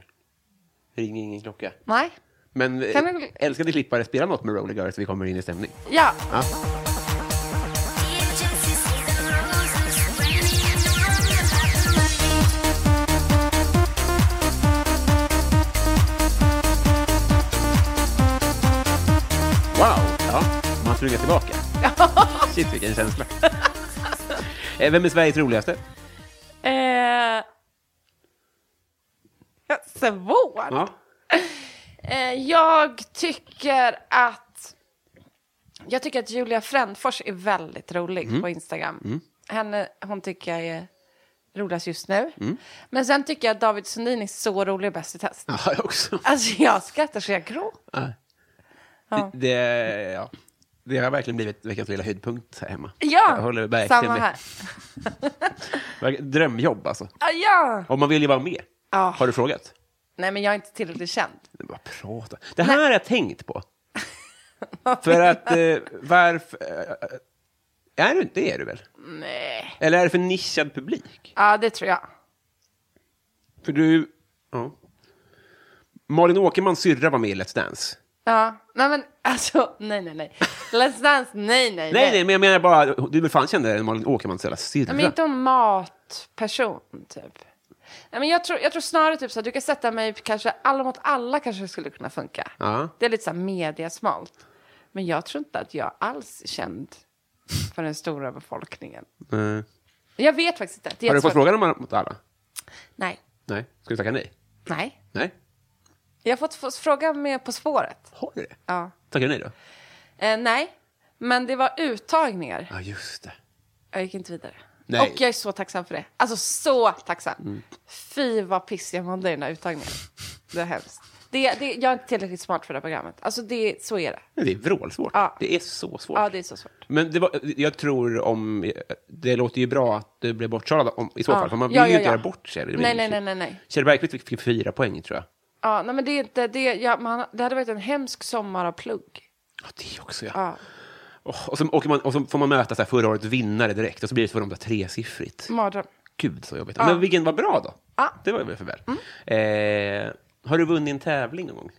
S3: Ring ingen klocka.
S2: Nej?
S3: Men
S2: Kan
S3: eh,
S2: vi-
S3: älskade klippare, spela något med Roller Girl så vi kommer in i stämning.
S2: Ja.
S3: Wow! Ja, man slungar tillbaka. Shit, vilken känsla. Eh, Vem är Sveriges roligaste?
S2: Eh, ja, svår.
S3: Ja.
S2: Eh, jag tycker att... Jag tycker att Julia Frändfors är väldigt rolig
S3: Mm.
S2: på Instagram. Henne, hon tycker jag är roligast just nu.
S3: Mm.
S2: Men sen tycker jag att David Sundin är så rolig och bäst i test.
S3: Ja, jag också.
S2: Alltså jag skrattar så jag gråter.
S3: Det, det, ja. det har verkligen blivit veckans lilla höjdpunkt här hemma. jag håller
S2: Ja,
S3: verkligen
S2: samma
S3: med.
S2: här.
S3: Verkl- Drömjobb alltså.
S2: Ah, ja.
S3: Om man vill ju vara med.
S2: Ja.
S3: Har du frågat?
S2: Nej, men jag är inte tillräckligt känd.
S3: Men Vad prata. Det här har jag tänkt på. för att eh, varför... Eh, är du inte det är du väl?
S2: Nej.
S3: Eller är det för nischad publik?
S2: Ja, det tror jag.
S3: För du... Ja. Malin Åkermans syrra var med i Let's Dance.
S2: Ja, nej men alltså, nej nej nej. Let's Dance, nej nej
S3: Nej, nej, men jag menar bara... Du är väl fan kändare än Malin Åkermans jävla syrra?
S2: Nej, Men inte om matperson, typ. Nej, men jag, tror, jag tror snarare typ så här, du kan sätta mig på kanske alla mot alla kanske skulle kunna funka.
S3: Ja.
S2: Det är lite så här mediasmalt. Men jag tror inte att jag alls är känd för den stora befolkningen.
S3: Nej.
S2: Jag vet faktiskt inte. Det är
S3: Har du fått
S2: jättesvårt.
S3: frågan om alla mot alla?
S2: Nej,
S3: Nej. Ska du tacka nej?
S2: nej.
S3: Nej.
S2: Jag har fått f- frågan med På spåret.
S3: Har du det?
S2: Ja.
S3: Tackar du nej då?
S2: Eh, nej, men det var uttagningar.
S3: Ja, just det.
S2: Jag gick inte vidare.
S3: Nej. Mm.
S2: Och jag är så tacksam för det. Alltså så tacksam. Fy vad piss jag mådde i den här uttagningen. Det är hemskt. Det, det, jag är inte tillräckligt smart för det här programmet. Alltså det, så är det.
S3: Men Det är vrålsvårt.
S2: Ja.
S3: Det är så svårt.
S2: Ja, det är så svårt.
S3: Men det var, jag tror om... Det låter ju bra att du blev bortsållad om, i så
S2: Ja.
S3: fall, för man vill
S2: Ja,
S3: ju
S2: ja,
S3: inte
S2: ja.
S3: göra bort sig. Det blir
S2: Nej,
S3: inget
S2: nej, nej,
S3: kul.
S2: nej, nej.
S3: Kjell Bergqvist fick- fick fyra poäng, tror jag.
S2: Ja, nej men det är inte, det, ja, man, det hade varit en hemsk sommar av plugg.
S3: Ja, det också, ja.
S2: Ja,
S3: Och, och, så, åker man, och så får man möta så här, förra årets vinnare direkt, och så blir det för de där tresiffrigt.
S2: mardröm.
S3: Gud, så jobbigt. Men vilken var bra, då? Det var ju för
S2: Mm.
S3: väl. Eh, har du vunnit en tävling någon gång?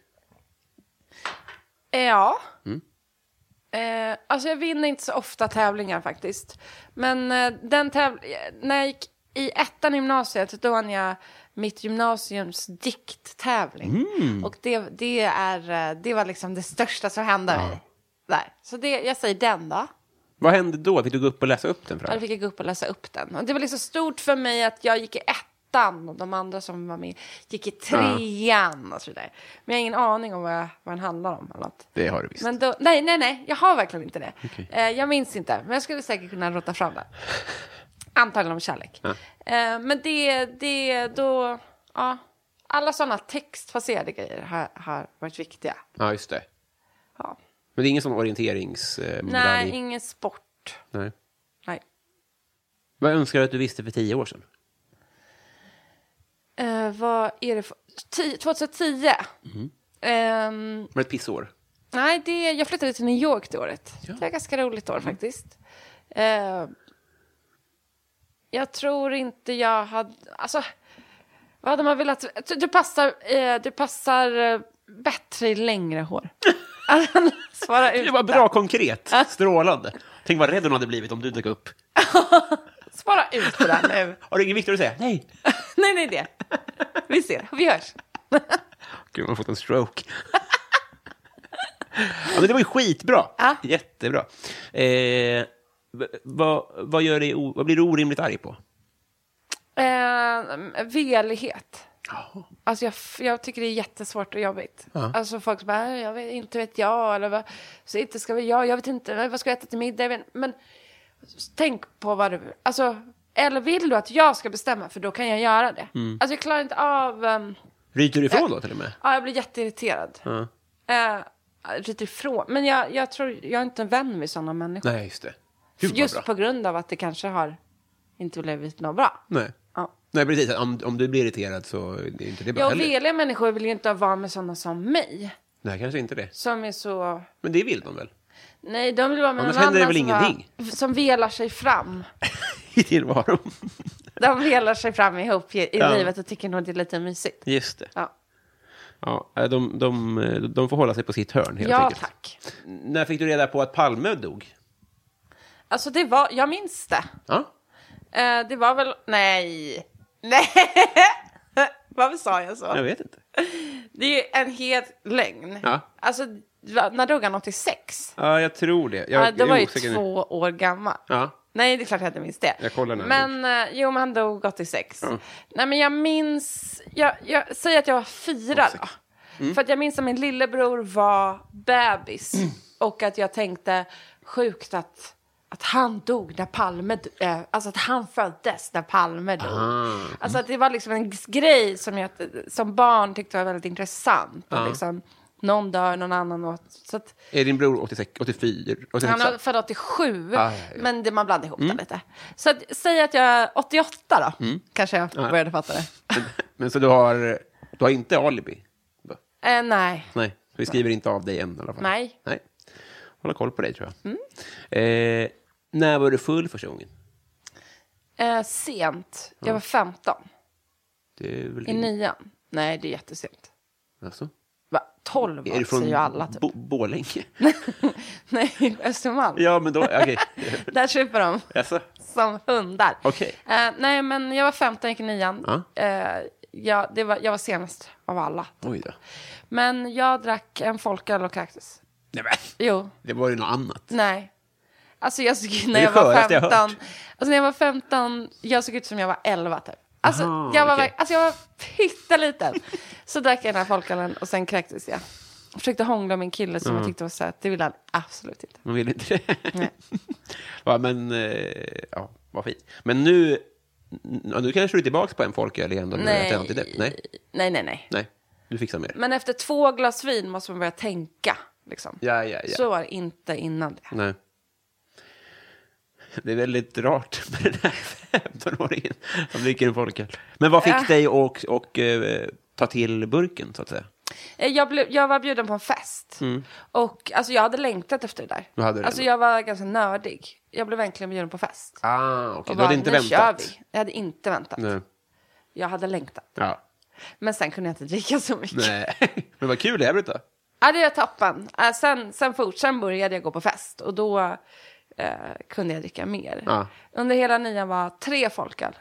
S2: Eh, Ja. Eh, alltså jag vinner inte så ofta tävlingar faktiskt. Men eh, den tävling, när jag gick i ettan i gymnasiet, då vann jag mitt gymnasiums dikttävling. Och det, det, är, eh, det var liksom det största som hände mig. Där. Så det, jag säger den då.
S3: Vad hände då? Fick du gå upp och läsa upp den? För
S2: Ja, Då
S3: alla?
S2: fick jag gå upp och läsa upp den. Och det var liksom stort för mig att jag gick i ettan och de andra som var med gick i trean och så vidare. Men jag har ingen aning om vad, jag, vad den handlar om. Eller något.
S3: Det har du visst.
S2: Men då, nej, nej, nej, jag har verkligen inte det. Eh, jag minns inte, men jag skulle säkert kunna rota fram det. Antagligen om kärlek. Eh, men det, det, då, ja. Alla sådana textbaserade grejer har, har varit viktiga.
S3: Ja, just det.
S2: Ja.
S3: Men det är ingen sån orienterings... Eh,
S2: Nej,
S3: blandning?
S2: ingen sport.
S3: Nej.
S2: Nej.
S3: Vad önskar du att du visste för tio år sedan?
S2: Eh, vad är det för... Ti- 2010? Ehm,
S3: Var det ett pissår?
S2: nej, det, jag flyttade till New York det året. Det var ett ganska roligt år
S3: Mm.
S2: faktiskt. Eh, jag tror inte jag hade... Alltså, vad hade man velat... Du, du passar, eh, du passar eh, bättre i längre hår. Alltså, Svara ut
S3: Det var bra konkret. Strålande. Tänk vad rädd hon hade blivit om du dök upp.
S2: Svara ut på det här nu.
S3: Har du inget viktigare att säga? Nej.
S2: nej, nej, det. Vi ser. Vi hörs.
S3: Gud, man har fått en stroke. ja, men det var ju skitbra.
S2: Ja.
S3: Jättebra. Eh, v- vad, vad, gör dig, o- vad blir du orimligt arg på?
S2: Eh, velighet.
S3: Ja.
S2: Alltså jag, f- jag tycker det är jättesvårt och jobbigt. Alltså folk som bara, "Äh, jag vet, inte vet jag, eller vad, så inte ska vi, jag, jag vet inte, äh, vad ska jag äta till middag? Jag vet, men s- tänk på vad du, alltså, eller vill du att jag ska bestämma, för då kan jag göra det.
S3: Mm.
S2: Alltså jag klarar inte av, ehm,
S3: Ryter du ifrån då till och med?
S2: ja, jag blir jätteirriterad.
S3: Äh. Ja.
S2: Eh, ryter ifrån, men jag, jag tror, jag är inte en vän med sådana människor.
S3: Nej, just det. Gud, vad
S2: Just
S3: bra.
S2: på grund av att det kanske har inte blivit något bra.
S3: Nej.
S2: Ja.
S3: Nej, precis. Om, om du blir irriterad så är det inte det bra
S2: Jag
S3: heller.
S2: veliga människor vill ju inte vara med sådana som mig.
S3: Nej, kanske inte det.
S2: Som är så...
S3: Men det vill de väl?
S2: Nej, de vill vara med
S3: Annars
S2: någon
S3: händer det
S2: annan
S3: väl
S2: som, bara-
S3: ingenting?
S2: som velar sig fram.
S3: I tillvaron.
S2: De velar sig fram ihop i, i
S3: Ja.
S2: livet och tycker nog det är lite mysigt.
S3: Just det.
S2: Ja,
S3: Ja, eh, de, de, de får hålla sig på sitt hörn, helt
S2: ja
S3: enkelt.
S2: tack.
S3: När fick du reda på att Palme dog?
S2: Alltså, det var... Jag minns det.
S3: Ja.
S2: Eh, det var väl... Nej. Nej! Varför sa jag
S3: Jag
S2: så?
S3: vet inte.
S2: Det är ju en het lögn.
S3: Ja.
S2: Alltså, va- när dog han 86?
S3: Ja, jag tror det. Jag,
S2: Ja, då
S3: jag är
S2: var jag
S3: osäker
S2: ju
S3: nu.
S2: två år gammal.
S3: Ja.
S2: Nej, det är klart jag inte minns det.
S3: Jag kollar när han
S2: Men eh, jo, men han dog 86. Nej, men jag minns... Jag, jag säger att jag var fyra då. Mm. För att jag minns att min lillebror var bebis.
S3: Mm.
S2: Och att jag tänkte sjukt att, att han dog när Palme... d- eh, Alltså att han föddes när Palme dog.
S3: Ah, mm.
S2: Alltså att det var liksom en grej som jag som barn tyckte var väldigt intressant. Och liksom, någon dör, någon annan åt. Så att,
S3: Är din bror 86, 84? 86?
S2: han är född 87,
S3: Ah, ja, ja. Mm.
S2: men det, man blandar ihop det lite. Så att, säg att jag är 88 då, kanske jag började fatta det.
S3: Men så du har, du har inte alibi? Va?
S2: Eh, nej,
S3: Nej, vi skriver inte av dig än i alla fall.
S2: Nej. Mm.
S3: Nej. Hålla koll på dig, tror jag. Eh, när var du full första gången?
S2: eh, sent. Jag var 15,
S3: Det är väl
S2: i nian. Nej, det är jättesent.
S3: Alltså?
S2: Va? 12
S3: Är du
S2: år
S3: från
S2: säger ju alla typ.
S3: Bo- Borlänge?
S2: nej, Östermalm.
S3: ja, men då... Okej.
S2: Där super de
S3: Jaså?
S2: som hundar.
S3: Okej.
S2: Eh, nej, men jag var 15, gick i nian.
S3: Ja.
S2: Eh, ja, det var, jag var senast av alla.
S3: Oj då.
S2: Men jag drack en folköl och kaktus.
S3: Nej, men.
S2: Jo.
S3: Det var ju något annat.
S2: Nej. Alltså jag såg när
S3: Det är
S2: jag
S3: det
S2: var
S3: sköraste jag har
S2: 15.
S3: hört.
S2: alltså när jag var 15, jag såg ut som jag var 11 typ. Alltså,
S3: Aha,
S2: jag, var,
S3: okej.
S2: verk- alltså jag var pytteliten. Så drack jag den här folkölen och sen kräktes jag. försökte hångla med en kille
S3: Mm.
S2: som jag tyckte var söt. Det ville han absolut inte.
S3: Hon ville inte det. ja, men, eh, ja, vad fint. Men nu, ja, nu kanske du är tillbaka på en folköl igen då? när du
S2: Nej.
S3: äter antidepp. Nej.
S2: Nej, nej, nej.
S3: Nej, du fixar mer.
S2: Men efter två glas vin måste man börja tänka. Liksom.
S3: Ja, ja, ja.
S2: Så var det inte innan det.
S3: Nej. Det är väldigt rart med den här 15-åringen som dricker en folköl. Men vad fick
S2: Ja.
S3: dig att och, och, eh, ta till burken, så att säga?
S2: Eh, Jag, blev, jag var bjuden på en fest. Och alltså, jag hade längtat efter det där.
S3: Mm. Du hade det
S2: alltså,
S3: ändå.
S2: jag var ganska nördig. Jag blev verkligen bjuden på fest.
S3: Ah, okej.
S2: Och
S3: Du hade
S2: bara,
S3: inte
S2: nu kör
S3: väntat?
S2: vi. Jag hade inte väntat.
S3: Nej.
S2: Jag hade längtat.
S3: Ja.
S2: Men sen kunde jag inte dricka så mycket.
S3: Nej. Men vad kul det är, Britta.
S2: Ja, det är toppen. Eh, Sen, sen, fort, sen började jag gå på fest och då eh, kunde jag dricka mer.
S3: Ja.
S2: Under hela nian var tre folköl.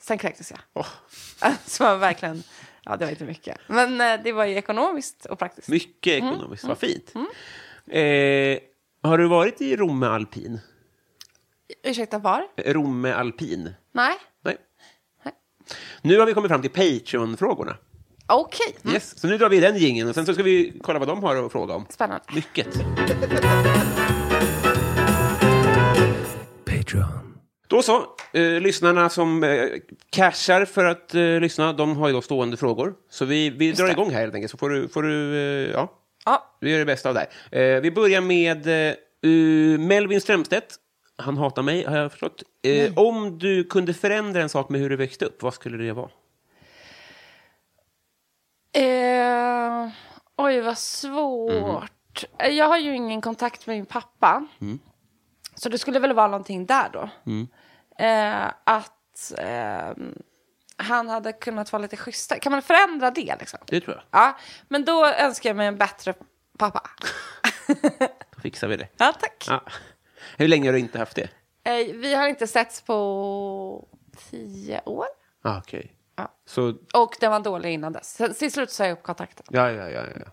S2: Sen kräktes jag.
S3: Åh,
S2: Så var verkligen, ja det var inte mycket. Men eh, det var ju ekonomiskt och praktiskt.
S3: mycket ekonomiskt. Vad fint. Eh, har du varit i Romme Alpin? Eh,
S2: Ursäkta, var?
S3: Romme Alpin?
S2: Nej?
S3: Nej. Nu har vi kommit fram till Patreon-frågorna.
S2: Okej. Mm.
S3: Yes. Så nu drar vi den gingen och sen så ska vi kolla vad de har att fråga om.
S2: Spännande.
S3: Mycket.
S5: Patreon.
S3: Då så. Eh, lyssnarna som eh, cashar för att eh, lyssna, de har ju då stående frågor. Så vi, vi drar igång här helt enkelt, så får du... Får du eh, ja,
S2: Ja,
S3: vi gör det bästa av det här. Eh, vi börjar med eh, uh, Melvin Strömstedt. Han hatar mig, har jag förstått. Eh, om du kunde förändra en sak med hur du växte upp, vad skulle det vara?
S2: Eh, oj, vad svårt. Eh, Jag har ju ingen kontakt med min pappa.
S3: Mm.
S2: Så det skulle väl vara någonting där då. Eh, att eh, han hade kunnat vara lite schysstare. Kan man förändra det liksom?
S3: Det tror jag.
S2: Ja, men då önskar jag mig en bättre pappa.
S3: Då fixar vi det.
S2: ja, tack.
S3: Ja. Hur länge har du inte haft det?
S2: Eh, vi har inte setts på tio år.
S3: Ah, Okej.
S2: Ja.
S3: Så
S2: Och den var dålig innan dess. Sen, till slut sa jag upp kontakten.
S3: Ja, ja, ja, ja.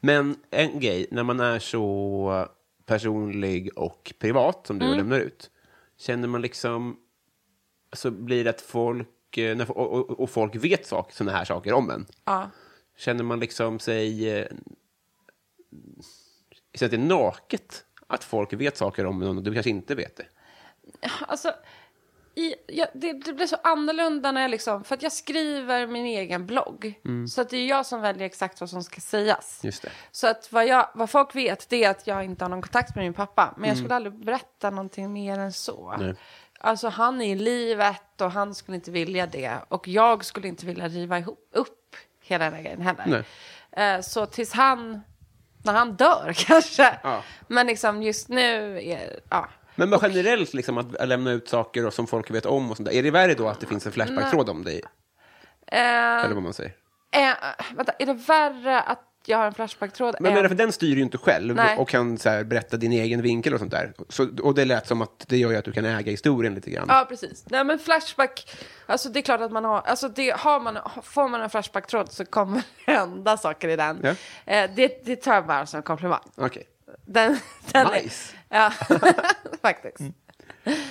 S3: Men en grej, när man är så personlig och privat som du lämnar ut, känner man liksom... Alltså blir det att folk... eh, När, och, och, och folk vet sak, såna här saker om en.
S2: Ja.
S3: Känner man liksom sig... eh, Känns det naket att folk vet saker om någon och du kanske inte vet det?
S2: Alltså, i, jag, det, det blir så annorlunda när jag liksom... För att jag skriver min egen blogg. Så att det är jag som väljer exakt vad som ska sägas.
S3: Mm. Just det.
S2: Så att vad, jag, vad folk vet det är att jag inte har någon kontakt med min pappa. Men jag skulle aldrig berätta någonting mer än så.
S3: Mm. Nej.
S2: Alltså han är i livet och han skulle inte vilja det. Och jag skulle inte vilja riva ihop, upp hela den här grejen heller. Eh, så tills han, när han dör kanske.
S3: Ja.
S2: Men liksom just nu är, ja.
S3: Men bara generellt, liksom, att lämna ut saker och som folk vet om och sånt där. Är det värre då att det finns en Flashback-tråd om dig?
S2: Eh,
S3: Eller vad man säger?
S2: Eh, vänta, är det värre att jag har en Flashback-tråd?
S3: Men,
S2: än-
S3: men för den styr ju inte själv
S2: Nej.
S3: och kan så här, berätta din egen vinkel och sånt där. Så, och det lät som att det gör ju att du kan äga historien lite grann.
S2: Ja, precis. Nej, men Flashback, alltså det är klart att man har, alltså det har man, får man en Flashback-tråd så kommer det hända saker i den.
S3: Ja.
S2: Eh, det, det tar jag bara som en komplimang.
S3: Okej.
S2: Den, den är-
S3: Nice.
S2: ja, faktiskt.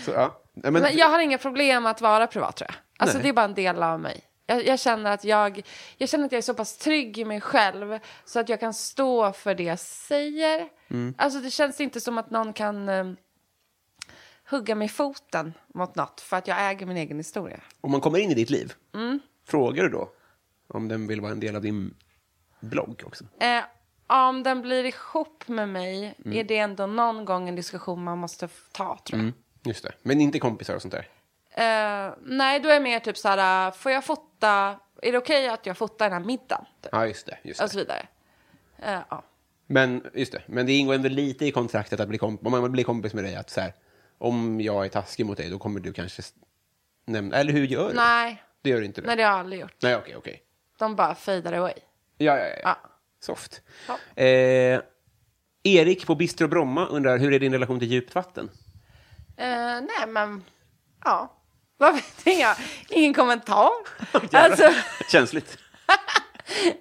S3: Så, ja. Nej, men,
S2: Men jag har inga problem att vara privat tror jag. Alltså
S3: Nej.
S2: det är bara en del av mig. Jag, jag, känner att jag, jag känner att jag är så pass trygg i mig själv så att jag kan stå för det jag säger.
S3: Mm.
S2: Alltså det känns inte som att någon kan eh, hugga mig i foten mot något för att jag äger min egen historia.
S3: Om man kommer in i ditt liv,
S2: Mm.
S3: frågar du då om den vill vara en del av din blogg också?
S2: Eh, om den blir ihop med mig
S3: Mm.
S2: är det ändå någon gång en diskussion man måste f- ta tror jag.
S3: Mm. Just det. Men inte kompisar och sånt där?
S2: Eh, nej, då är jag mer typ så här, får jag fota, är det okej att jag fotar den här middagen? Typ.
S3: Ja, just det. Just det.
S2: och så vidare. Eh, ja.
S3: Men, just det. Men det ingår ändå lite i kontraktet att bli komp- om man blir kompis med dig att så här, om jag är taskig mot dig då kommer du kanske s- nämna... Eller hur gör du?
S2: Nej,
S3: Det gör du inte det?
S2: nej, det har jag aldrig gjort.
S3: Nej, okej, okej.
S2: De bara fader away.
S3: Ja, ja, ja. ja.
S2: Ja.
S3: Soft.
S2: Ja.
S3: Eh, Erik på Bistro Bromma undrar, hur är din relation till djupt vatten?
S2: Eh, nej, men ja. Vad vet jag? Ingen kommentar. alltså,
S3: Känsligt.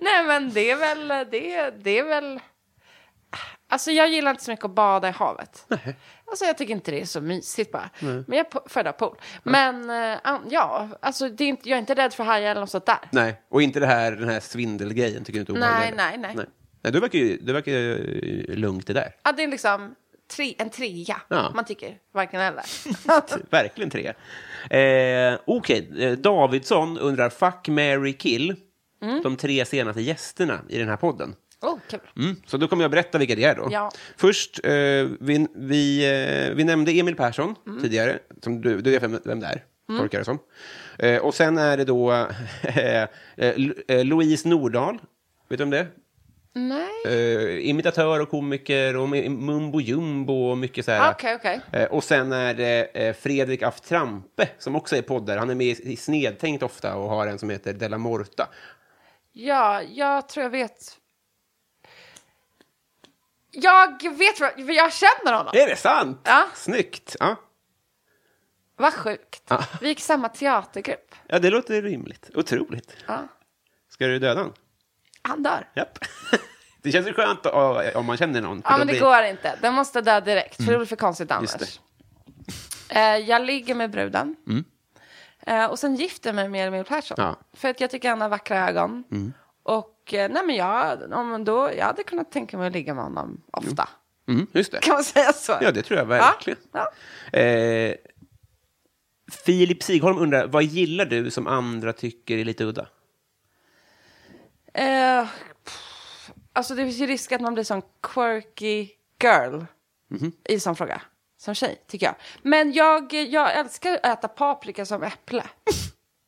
S2: nej, men det är väl... Det, det är väl... Alltså, jag gillar inte så mycket att bada i havet. Alltså, jag tycker inte det är så mysigt bara. Men jag po- föredrar pool. Men eh, an- ja, alltså, det är inte, jag är inte rädd för hajar eller något sånt där.
S3: Nej, och inte det här, den här svindelgrejen tycker du inte är obehaglig
S2: Nej,
S3: heller?
S2: nej, nej.
S3: Nej, du verkar ju du verkar ju lugnt det där.
S2: Ja, det är liksom tre, en trea.
S3: Ja.
S2: Man tycker varken eller.
S3: Verkligen tre. Eh, Okej, eh, Davidsson undrar Fuck, Mary kill.
S2: Mm.
S3: De tre senaste gästerna i den här podden.
S2: oh, kul.
S3: Mm, så då kommer jag berätta vilka det är då.
S2: Ja.
S3: Först, eh, vi, vi, eh, vi nämnde Emil Persson
S2: Mm.
S3: tidigare. Som du, du vet vem, vem det är, tolkar jag det som. Eh, och sen är det då eh, Lu- eh, Louise Nordahl. Vet du om det är?
S2: Nej.
S3: Eh, imitatör och komiker och mi- mumbo jumbo och mycket så här.
S2: Ah, Okej, okej.
S3: Eh, och sen är det eh, Fredrik af Trampe som också är poddare. Han är med i, i Snedtänkt ofta och har en som heter Della Morta.
S2: Ja, jag tror jag vet. Jag vet vad, för jag känner honom.
S3: Är det sant?
S2: Ja.
S3: Snyggt! Ja.
S2: Vad sjukt.
S3: Ja.
S2: Vi gick i samma teatergrupp.
S3: ja, det låter rimligt. Otroligt.
S2: Ja.
S3: Ska du döda honom?
S2: Han dör.
S3: Japp. det känns ju skönt att- eh, om man känner någon. för
S2: Ja,
S3: då
S2: men det
S3: blir-
S2: går inte. Den måste dö direkt, för det blir för konstigt
S3: Mm. Just
S2: annars. Eh, jag ligger med bruden. Eh, och sen gifter jag mig med Emil Persson.
S3: Mm. Ja. Mm.
S2: För att jag tycker han har vackra ögon. Och eh, nej, men jag, om då, jag hade kunnat tänka mig att ligga med honom ofta.
S3: Mm, just det.
S2: Kan man säga så?
S3: Ja, det tror jag verkligen.
S2: Ja,
S3: Eh, Filip Sigholm undrar, vad gillar du som andra tycker är lite udda?
S2: ja. Eh, pff, alltså det finns ju risk att man blir sån quirky girl
S3: Mhm.
S2: i sån fråga. Som tjej, tycker jag. Men jag, jag älskar att äta paprika som äpple.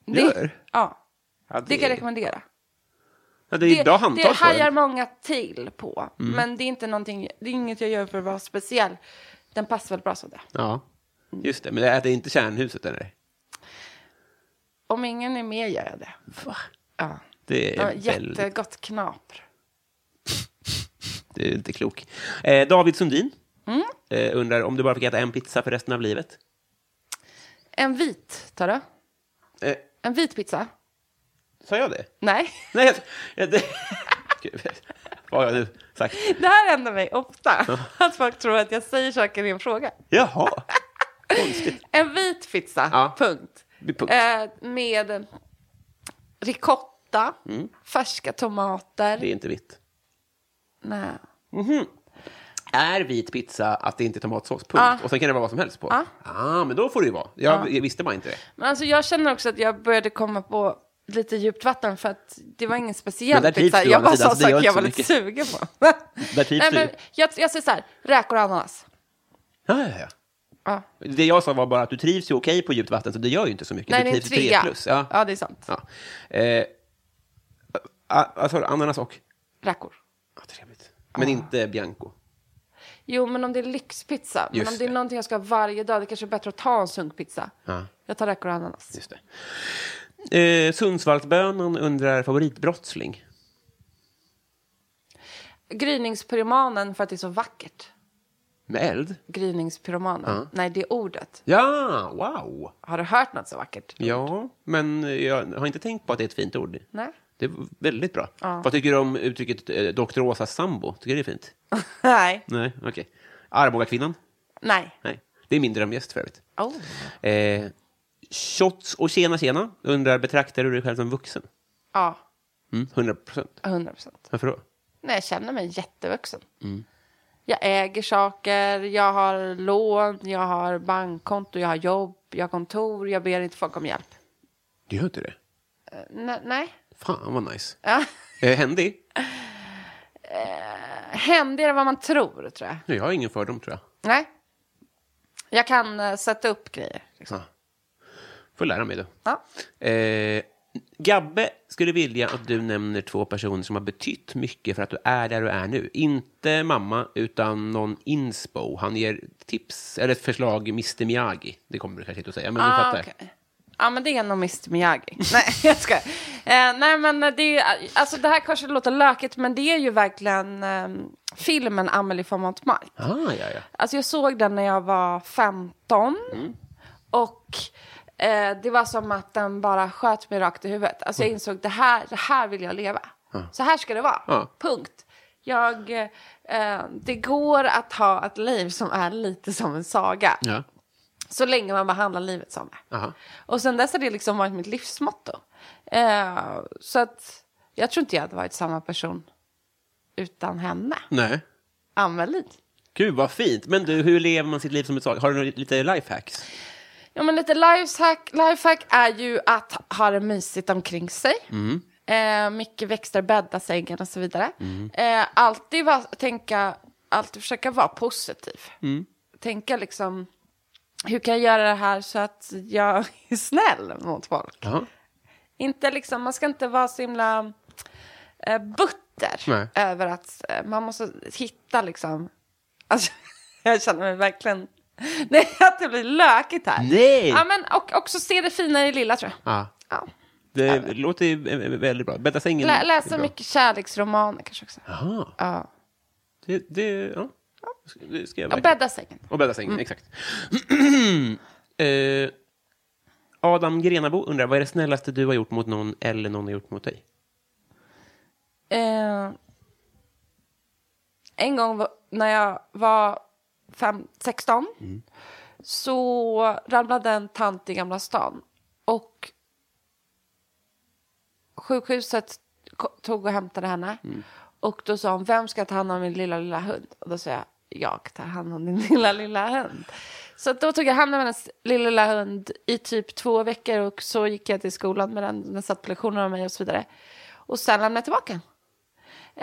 S2: Det-
S3: Gör?
S2: Ja.
S3: Ja,
S2: Det kan jag rekommendera.
S3: ja, det är bra handtag
S2: det
S3: på Mm. den.
S2: hajar många till på. Men det är, inte någonting, det är inget jag gör för att vara speciell. Den passar väl bra som det.
S3: Ja, just det. Men det äter inte kärnhuset, eller?
S2: Om ingen är med gör jag det.
S3: Va?
S2: Ja.
S3: Det är,
S2: Ja,
S3: väldigt,
S2: jättegott knapr.
S3: det är inte klok. Eh, David Sundin eh, undrar om du bara fick äta en pizza för resten av livet.
S2: En vit, tar du?
S3: Eh,
S2: En vit pizza?
S3: sa jag det?
S2: Nej,
S3: Nej, jag, jag, det, Gud, vad har jag nu sagt?
S2: det här händer mig ofta. Att folk tror att jag säger saker i en fråga.
S3: Jaha. Konstigt.
S2: En vit pizza,
S3: Ja.
S2: punkt.
S3: Punkt.
S2: Eh, med ricotta, färska tomater.
S3: Mm. Det är inte vitt.
S2: Nej.
S3: Är vit pizza att det inte är tomatsås? Punkt.
S2: Ah.
S3: Och sen kan det vara vad som helst på. Ja, ah, men då får det ju vara. Jag visste bara inte det.
S2: Men alltså jag känner också att jag började komma på lite djupt vatten för att det var ingen
S3: Men där
S2: speciell
S3: trivs
S2: pizza.
S3: du å
S2: Jag
S3: andra
S2: bara
S3: sidan,
S2: sa
S3: så det gör
S2: saker jag
S3: inte
S2: var
S3: så
S2: lite
S3: mycket.
S2: sugen på.
S3: Där trivs
S2: Nej,
S3: du.
S2: men jag, jag säger så här, räkor och ananas.
S3: Ja, ja, ja.
S2: Ja.
S3: Det jag sa var bara att du trivs ju okej på djupt vatten, så det gör ju inte så mycket.
S2: Nej,
S3: du
S2: det är en
S3: trivs ju E
S2: trea.
S3: plus. Ja.
S2: ja, det är sant.
S3: Ja. Eh, a- a- sa du? Ananas och?
S2: Räkor.
S3: Ja, trevligt.
S2: Ah.
S3: Men inte Bianco.
S2: Jo, men om det är lyxpizza. Men
S3: Just
S2: om det är
S3: det.
S2: någonting jag ska ha varje dag, det kanske är bättre att ta en sunkpizza.
S3: Ja.
S2: Jag tar räkor och ananas.
S3: Just det. Eh, Sundsvallsbönan undrar favoritbrottsling.
S2: Gryningspyromanen för att det är så vackert.
S3: Med eld?
S2: Gryningspyromanen. Nej, det är ordet.
S3: Ja, wow!
S2: Har du hört något så vackert?
S3: Ja, men jag har inte tänkt på att det är ett fint ord.
S2: Nej.
S3: Det är väldigt bra. Vad tycker du om uttrycket eh, Dr. Åsas sambo? Tycker du det är fint?
S2: Nej.
S3: Nej, okej. Arbogakvinnan?
S2: Nej.
S3: Nej. Det är min drömgäst för övrigt.
S2: Oh.
S3: Eh, shots och tjena tjena undrar betraktar du dig själv som vuxen?
S2: Ja,
S3: Mm, 100 procent.
S2: 100 procent.
S3: Varför då?
S2: Nej, jag känner mig jättevuxen.
S3: Mm.
S2: Jag äger saker, jag har lån, jag har bankkonto, jag har jobb, jag har kontor, jag ber inte folk om hjälp.
S3: Du gör inte det?
S2: N- nej.
S3: Fan vad nice.
S2: Ja.
S3: Eh, händig?
S2: Händigare än vad man tror, tror jag.
S3: Nej, jag har ingen fördom tror jag.
S2: Nej. Jag kan eh, sätta upp grejer. Liksom.
S3: Ah. Får lära mig då.
S2: Ja.
S3: Eh, Gabbe skulle vilja att du nämner två personer som har betytt mycket för att du är där du är nu. Inte mamma, utan någon inspo. Han ger tips, eller ett förslag, Mr Miyagi. Det kommer du kanske inte att säga, men du fattar.
S2: Ah, okej. Ja, men det är nog Mr Miyagi. nej, jag skojar. Eh, nej, men det är ju- alltså det här kanske låter lökigt, men det är ju verkligen eh, filmen Amelie von Montmartre.
S3: Ah, ja, ja.
S2: Alltså jag såg den när jag var 15.
S3: Mm.
S2: Och eh, det var som att den bara sköt mig rakt i huvudet. Alltså
S3: Mm.
S2: jag insåg det här, det här vill jag leva. Så här ska det vara.
S3: Ja.
S2: Punkt. Jag, eh, det går att ha ett liv som är lite som en saga.
S3: ja.
S2: Så länge man behandlar livet som det.
S3: Aha.
S2: Och sen dess har det liksom varit mitt livsmotto. Eh, så att jag tror inte jag hade varit samma person utan henne.
S3: Nej.
S2: Ann Wallin.
S3: Gud vad fint. Men du, hur lever man sitt liv som ett saga? Har du några- lite lifehacks?
S2: Ja, men lite lifehack, lifehack är ju att ha det mysigt omkring sig. Eh, mycket växter, bädda sängen och så vidare. Eh, alltid, va, tänka, alltid försöka vara positiv. Tänka liksom, hur kan jag göra det här så att jag är snäll mot folk?
S3: Ja.
S2: Inte liksom, man ska inte vara så himla eh, butter
S3: Nej.
S2: över att eh, man måste hitta liksom... Alltså, jag känner mig verkligen... Nej, att det blir lökigt här.
S3: Nej!
S2: Ja, men, och också se det fina i det lilla, tror jag.
S3: Ja.
S2: Ja.
S3: Det låter ju eh, väldigt bra. Bädda sängen.
S2: Lä,
S3: är
S2: läsa
S3: bra.
S2: mycket kärleksromaner kanske också.
S3: Jaha.
S2: Ja.
S3: Det, det, ja. det ska jag
S2: Och
S3: verkligen-
S2: bädda sängen.
S3: Och bädda
S2: Mm.
S3: sängen, exakt. eh, Adam Grenabo undrar, vad är det snällaste du har gjort mot någon eller någon har gjort mot dig?
S2: Eh, en gång var- när jag var fem, 16 så ramlade en tant i Gamla stan. Och sjukhuset ko- tog och hämtade henne. Och då sa hon, vem ska ta hand om min lilla, lilla hund? Och då sa jag, jag tar hand om din lilla, lilla hund. Så att då tog jag hand om hennes lilla, lilla hund i typ två veckor och så gick jag till skolan med den. Den satt på lektionerna med mig och så vidare. Och sen lämnade jag tillbaka den.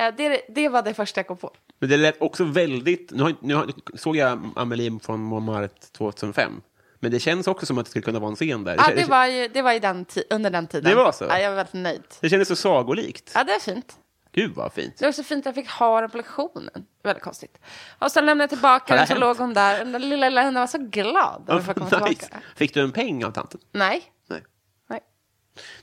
S2: Eh, Det, det var det första jag kom på.
S3: Men det lät också väldigt... Nu, har, nu har, såg jag Amelie från Montmartre 2005. Men det känns också som att det skulle kunna vara en scen där.
S2: Ja,
S3: kän-
S2: Ah, det var ju det var i den ti- under den tiden.
S3: Det var så?
S2: Ja, jag var väldigt nöjd.
S3: det kändes så sagolikt.
S2: Ja, det var fint.
S3: Gud, vad fint.
S2: Det var så fint att jag fick ha den på lektionen. Väldigt konstigt. Och sen lämnade jag tillbaka
S3: Har det
S2: den, så
S3: hänt?
S2: låg hon där. Den där lilla, lilla hunden var så glad när jag fick komma
S3: Nice.
S2: tillbaka.
S3: Fick du en peng av tanten?
S2: Nej,
S3: Nej,
S2: nej,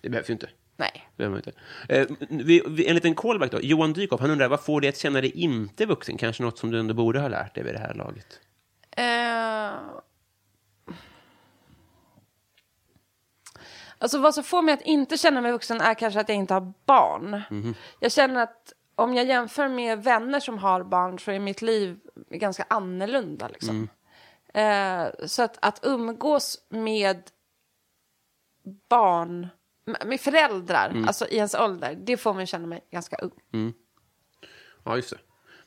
S3: det behövs ju inte.
S2: nej.
S3: Det behöver man inte. Eh, vi, vi, en liten callback då. Johan Dykhoff, han undrar, vad får dig att känna dig inte vuxen? Kanske något som du ändå borde ha lärt dig vid det här laget?
S2: Eh... Alltså vad som får mig att inte känna mig vuxen är kanske att jag inte har barn. Jag känner att om jag jämför med vänner som har barn så är mitt liv ganska annorlunda. Liksom. Eh, så att, att umgås med barn, med- med föräldrar, alltså i ens ålder, det får mig att känna mig ganska ung.
S3: Ja, just det.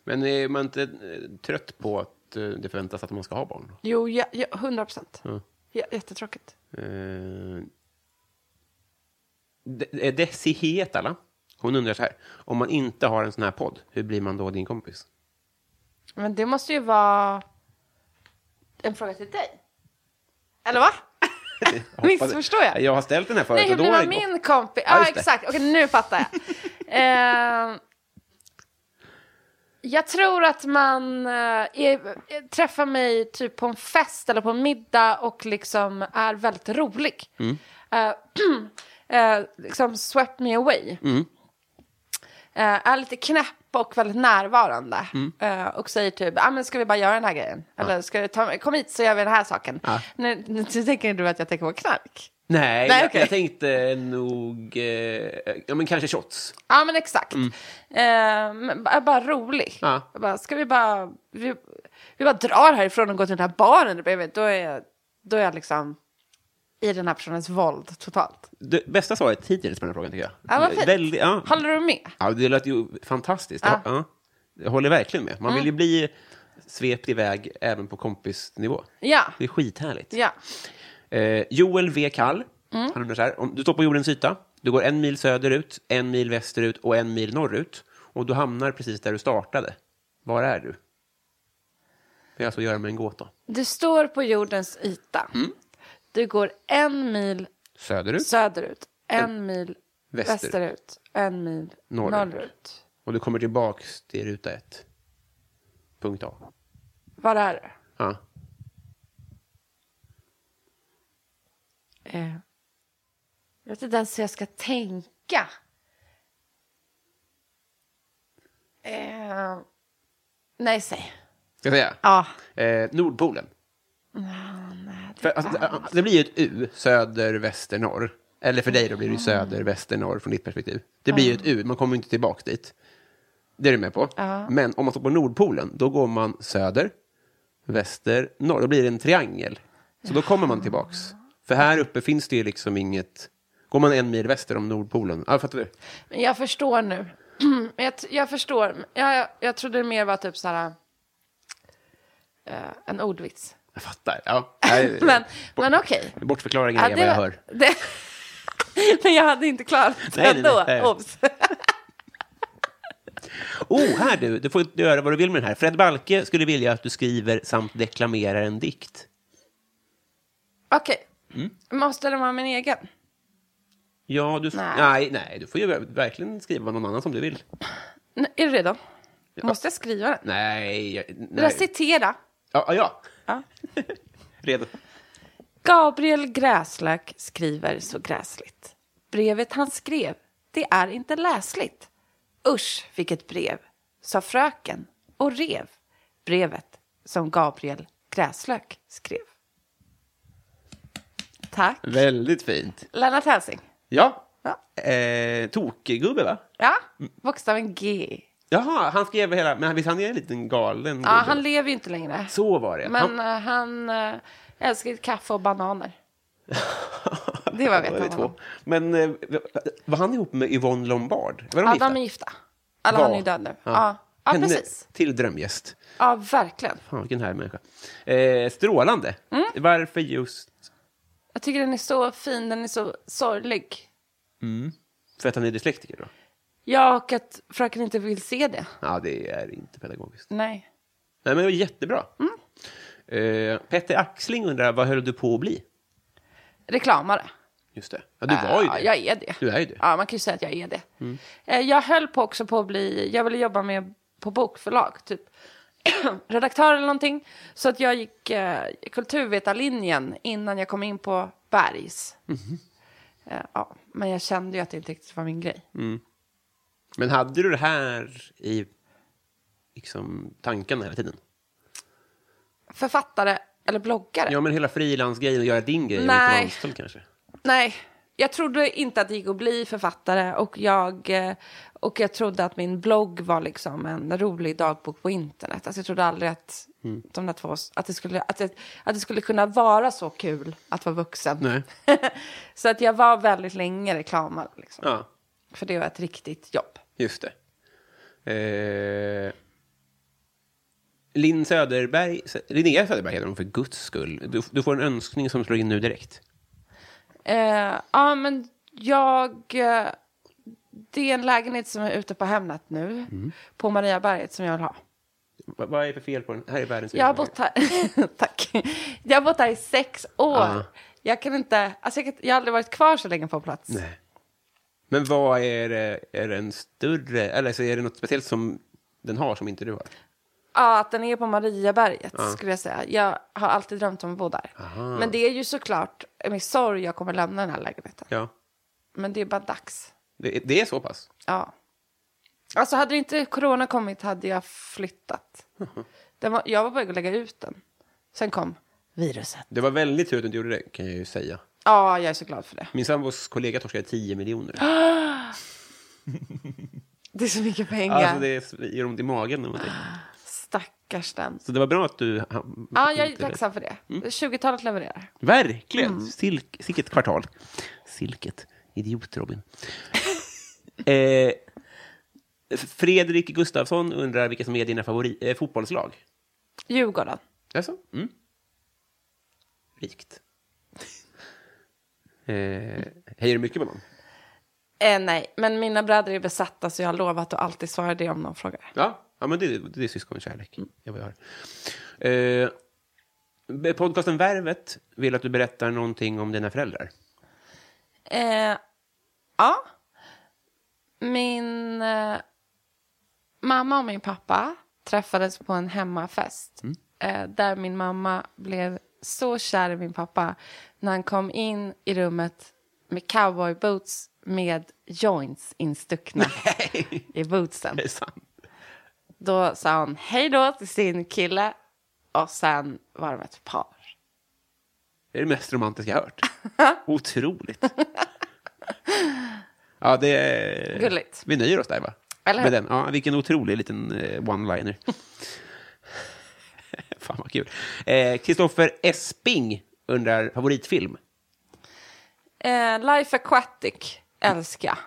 S3: Men är man inte eh, trött på att eh, det förväntas att man ska ha barn?
S2: Jo, ja, ja, 100 procent. Ja, jättetråkigt.
S3: Eh, De- eh, Desi Hietala, hon undrar så här. Om man inte har en sån här podd, hur blir man då din kompis?
S2: Men det måste ju vara en fråga till dig. Eller va?
S3: Jag hoppas-
S2: Missförstår jag?
S3: Jag har ställt den här förut.
S2: Nej, hur
S3: och då
S2: blir
S3: har
S2: man
S3: det gått-
S2: min kompis?
S3: Ja,
S2: Ja,
S3: just det.
S2: exakt. Okej, nu fattar jag. eh, jag tror att man eh, är, träffar mig typ på en fest eller på en middag och liksom är väldigt rolig.
S3: Mm.
S2: Eh, eh, liksom swept me away.
S3: Mm.
S2: Eh, är lite knäpp och väldigt närvarande.
S3: Mm.
S2: Eh, och säger typ, ah, men ska vi bara göra den här grejen? Eller ska vi ta, kom hit så gör vi den här saken. Nu, nu tänker du att jag tänker på knark.
S3: Nej,
S2: Nej,
S3: jag,
S2: okej.
S3: jag tänkte nog... Eh, ja, men kanske shots.
S2: Ja, men exakt. Eh, men bara, bara rolig.
S3: Ja.
S2: Jag Bara, ska vi bara... Vi, vi bara drar härifrån och går till den här baren där bredvid. Då är, jag- då är jag liksom i den här personens våld totalt.
S3: Det bästa svaret hittills på den här frågan, tycker jag.
S2: Ja, vad fint.
S3: Väldigt- ja.
S2: Håller du med?
S3: Ja, det lät ju fantastiskt. Ja. Ja. Jag håller verkligen med. Man vill
S2: Mm.
S3: ju bli svept iväg även på kompisnivå.
S2: Ja.
S3: Det är skithärligt.
S2: Ja. Mm.
S3: Eh, Joel V. Kall, han undrar så här. Om du står på jordens yta, du går en mil söderut, en mil västerut och en mil norrut. Och du hamnar precis där du startade. Var är du? Det är alltså att göra med en gåta.
S2: Du står på jordens yta. Du går en mil
S3: Söderut,
S2: söderut, en mil
S3: Mm. Västerut.
S2: västerut, en mil
S3: Norrut.
S2: norrut.
S3: och du kommer tillbaks till ruta ett. Punkt A.
S2: Var är du?
S3: Ja.
S2: Eh, jag vet inte ens hur jag ska tänka. Eh, nej, säg.
S3: Ska jag säga?
S2: Ja.
S3: Eh, Nordpolen. För, alltså, det- det blir ju ett U, söder, väster, norr. Eller för dig då blir det ju söder, väster, norr från ditt perspektiv. Det blir ju ett U, man kommer ju inte tillbaka dit. Det är du med på. Men om man står på Nordpolen, då går man söder, väster, norr. Då blir det en triangel. Så då kommer man tillbaks. För här uppe finns det ju liksom inget... Går man en mil väster om Nordpolen... Ja, fattar du?
S2: Men jag förstår nu. Men jag, t- jag förstår. Jag, jag, jag trodde det mer var typ så här... eh, en ordvits.
S3: Jag fattar. Ja. Nej,
S2: Men,
S3: bort-
S2: men okej.
S3: Bortförklara
S2: Ja,
S3: grejer vad jag
S2: var-
S3: hör.
S2: Det, men jag hade inte klarat det
S3: Nej, nej,
S2: ändå.
S3: nej.
S2: Obs.
S3: Oh, här du. Du får inte göra vad du vill med den här. Fred Balke skulle vilja att du skriver samt deklamerar en dikt.
S2: Okej.
S3: Mm.
S2: Måste det vara min egen?
S3: Ja, du... f-
S2: Nej.
S3: Nej, nej, du får ju verkligen skriva vad någon annan som du vill.
S2: Nej, är du redo? Måste jag skriva den?
S3: Nej, jag- nej.
S2: Recitera.
S3: Ja, ja.
S2: Ja.
S3: Redo.
S2: Gabriel Gräslök skriver så gräsligt. Brevet han skrev, det är inte läsligt. Usch, vilket brev, sa fröken och rev brevet som Gabriel Gräslök skrev. Tack.
S3: Väldigt fint.
S2: Lennart Hälsing.
S3: Ja.
S2: Ja.
S3: Eh, Tokgubbe, va?
S2: Ja, bokstaven G.
S3: Jaha, han skrev hela... Men han- visst, han är en liten galen
S2: Ja,
S3: gubbe?
S2: han lever ju inte längre.
S3: Så var det.
S2: Men eh, han eh, älskar ju kaffe och bananer. det var vet
S3: Då är vi
S2: man
S3: två.
S2: honom.
S3: Men eh, var han ihop med Yvonne Lombard? Var de
S2: Ja,
S3: gifta?
S2: de är gifta. Eller han är ju död nu. Ja, ja.
S3: Henne
S2: precis.
S3: till drömgäst.
S2: Ja, verkligen.
S3: Fan, vilken härlig människa. Eh, strålande.
S2: Mm.
S3: Varför just
S2: Jag tycker den är så fin, den är så sorglig.
S3: för att han är dyslektiker? Då?
S2: Ja, och att fröken inte vill se det.
S3: Ja, det är inte pedagogiskt.
S2: Nej.
S3: Nej, men det var jättebra.
S2: Mm.
S3: Eh, Petter Axling undrar, vad höll du på att bli?
S2: Reklamare.
S3: Just det. Ja, du var ju
S2: Ja,
S3: det.
S2: Ah, jag är det.
S3: Du är ju det. Mm.
S2: Ja, man kan ju säga att jag är det. Eh, Jag höll på också på att bli, jag ville jobba med på bokförlag, typ redaktör eller någonting. Så att jag gick eh, kulturvetarlinjen innan jag kom in på Bergs.
S3: Mhm.
S2: Eh, ja, men jag kände ju att det inte riktigt var min grej.
S3: Men hade du det här i liksom, tankarna hela tiden?
S2: Författare eller bloggare?
S3: Ja, men hela frilansgrejen och göra din grej och
S2: Nej.
S3: inte anställd kanske?
S2: Nej, jag trodde inte att det gick att bli författare och jag, eh, och jag trodde att min blogg var liksom en rolig dagbok på internet. Alltså jag trodde aldrig att,
S3: Mm.
S2: de där två, att, det skulle, att, det, att det skulle kunna vara så kul att vara vuxen.
S3: Nej.
S2: så att jag var väldigt länge reklamare. Liksom.
S3: Ja.
S2: För det var ett riktigt jobb.
S3: Just det. Eh, Linn Söderberg, Linnea Söderberg heter hon för guds skull. Du, du får en önskning som slår in nu direkt.
S2: Eh, ja, men jag... Eh, det är en lägenhet som är ute på Hemnet nu,
S3: Mm.
S2: på Mariaberget, som jag vill ha.
S3: Va, vad är det för fel på den? Här är världens
S2: Jag har bott här, tack. Jag har bott här i sex år.
S3: Ja.
S2: Jag kan inte, alltså jag, kan, jag har aldrig varit kvar så länge på en plats.
S3: Nej. Men vad är det? Är det en större... Eller så är det något speciellt som den har som inte du har?
S2: Ja, att den är på Mariaberget
S3: Ah.
S2: skulle jag säga. Jag har alltid drömt om att bo där. Men det är ju såklart med sorg jag kommer lämna den här lägenheten.
S3: Ja.
S2: Men det är bara dags.
S3: Det, det är så pass?
S2: Ja. Alltså hade inte corona kommit hade jag flyttat. Den var, jag var på väg att lägga ut den. Sen kom viruset.
S3: Det var väldigt tur att du inte gjorde det, kan jag ju säga.
S2: Ja, jag är så glad för det.
S3: Min sambos kollega torskade 10 miljoner.
S2: Det är så mycket pengar.
S3: Alltså det gör ont i magen. när man tänker.
S2: Stackars den.
S3: Så det var bra att du...
S2: Ja, jag är
S3: inte-
S2: tacksam för det. 20-talet levererar.
S3: Verkligen. Silk, silket kvartal. Silket. Idiot, Robin. eh, Fredrik Gustafsson undrar vilka som är dina favori- eh, fotbollslag.
S2: Djurgården.
S3: Jaså? Mm. Rikt. eh, hejar du mycket på någon?
S2: Eh, nej, men mina bröder är besatta så jag har lovat att alltid svara det om någon frågar.
S3: Ja, Mm. ja men det, det är syskonkärlek. Det är vad jag har. Eh, podcasten Värvet vill att du berättar någonting om dina föräldrar.
S2: Eh, ja. Min eh, mamma och min pappa träffades på en hemmafest. Eh, där min mamma blev så kär i min pappa när han kom in i rummet med cowboyboots med joints instuckna i bootsen.
S3: Det är sant.
S2: Då sa hon hej då till sin kille och sen var de ett par.
S3: Det är det mest romantiska jag har hört. Otroligt. Ja, det är...
S2: Gulligt.
S3: Vi nöjer oss där, va?
S2: Eller hur?
S3: Med den. Ja, vilken otrolig liten eh, one-liner. Fan, vad kul. Kristoffer Esping undrar favoritfilm.
S2: Eh, Life Aquatic älskar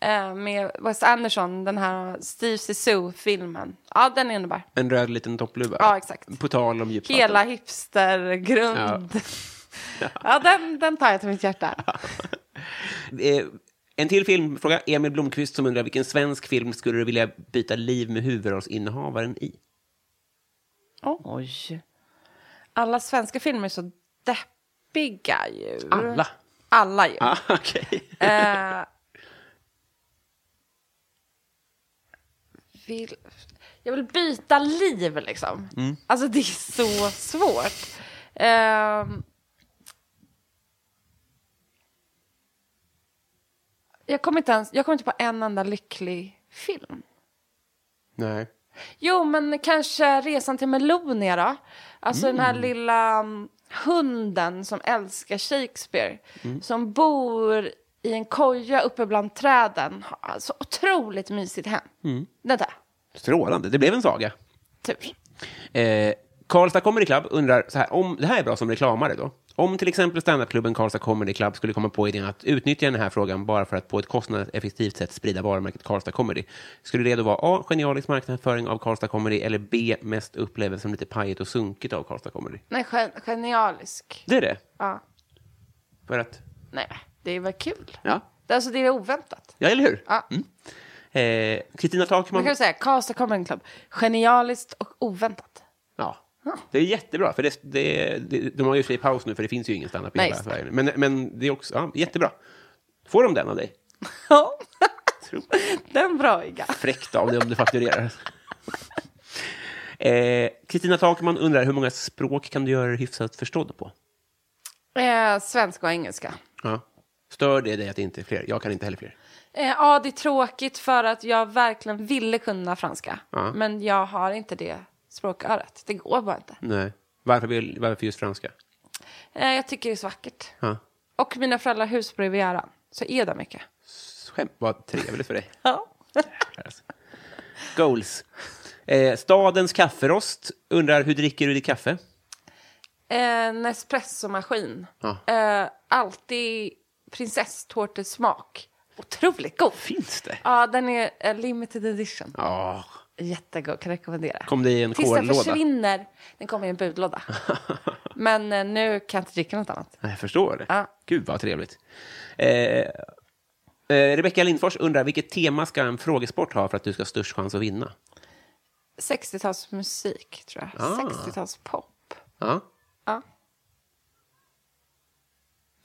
S2: jag. eh, med Wes Anderson, den här Steve Zissou-filmen. Ja, den är underbar.
S3: En röd liten toppluva.
S2: Ja, exakt.
S3: På tal om djupvatten.
S2: Hela hipstergrund. Ja, den, den tar jag till mitt hjärta.
S3: Eh, en till filmfråga. Emil Blomqvist som undrar vilken svensk film skulle du vilja byta liv med huvudrollsinnehavaren i?
S2: Oj. Alla svenska filmer är så deppiga ju.
S3: Alla.
S2: Alla ju.
S3: Ah, okej.
S2: Eh, vill, jag vill byta liv liksom. Alltså det är så svårt. Ehm, jag, kommer inte ens, jag kommer inte på en enda lycklig film.
S3: Nej.
S2: Jo, men kanske Resan till Melonia då. Alltså den här lilla mm, hunden som älskar Shakespeare. Som bor i en koja uppe bland träden. Har Alltså otroligt mysigt hem. Den där, typ.
S3: Strålande. Det blev en saga.
S2: tur.
S3: Eh, Karlstad Comedy Club undrar så här, om, det här är bra som reklamare då. Om till exempel standupklubben Karlstad Comedy Club skulle komma på idén att utnyttja den här frågan bara för att på ett kostnadseffektivt sätt sprida varumärket Karlstad Comedy, skulle det då vara A. Genialisk marknadsföring av Karlstad Comedy eller B. Mest upplevelse som lite pajigt och sunkigt av Karlstad Comedy?
S2: Nej, gen genialisk.
S3: Det är det.
S2: Ja.
S3: För att...
S2: Nej, det var kul.
S3: Ja.
S2: Det, alltså det är oväntat.
S3: Ja, eller hur? Mm.
S2: Ja.
S3: Eh, Kristina
S2: Man
S3: Takman...
S2: kan ju säga Karlstad Comedy Club. Genialiskt och oväntat.
S3: Ja. Det är jättebra, för det, det, det, de har ju i och för sig paus nu, för det finns ju ingen standup i
S2: Nej,
S3: hela
S2: just
S3: Sverige. Men, men det är också ja, jättebra. Får de den av dig?
S2: Ja.
S3: Tror-
S2: Den bröiga.
S3: Fräckt av dig om du fakturerar. Eh, Kristina Takman undrar, hur många språk kan du göra dig hyfsat förstådd på?
S2: Eh, svenska och engelska.
S3: Ja. Stör det dig att det inte är fler? Jag kan inte heller fler.
S2: Eh, ja, det är tråkigt för att jag verkligen ville kunna franska. Men jag har inte det språkörat. Det går bara inte.
S3: Nej. Varför, vill, varför just franska?
S2: Eh, jag tycker det är så vackert.
S3: Ja.
S2: Och mina föräldrar har hus på Rivieran. Så är det mycket.
S3: Skämt, vad trevligt för dig.
S2: Ja.
S3: Alltså. Goals. Eh, stadens kafferost undrar, hur dricker du ditt kaffe?
S2: Eh, Nespresso-maskin.
S3: Ja.
S2: Eh, alltid prinsesstårtesmak. Otroligt god.
S3: Finns det?
S2: Ja, den är eh, limited edition.
S3: Ja.
S2: Jättegod, kan rekommendera.
S3: Kom det i en
S2: Tills den
S3: kollåda?
S2: försvinner. Den kommer i en budlåda. Men eh, nu kan jag inte dricka något annat.
S3: Jag förstår det.
S2: Ja.
S3: Gud, vad trevligt. Eh, eh, Rebecka Lindfors undrar, vilket tema ska en frågesport ha för att du ska ha störst chans att vinna?
S2: 60-talsmusik, tror jag.
S3: Ah.
S2: 60-talspop.
S3: Ja.
S2: Ja.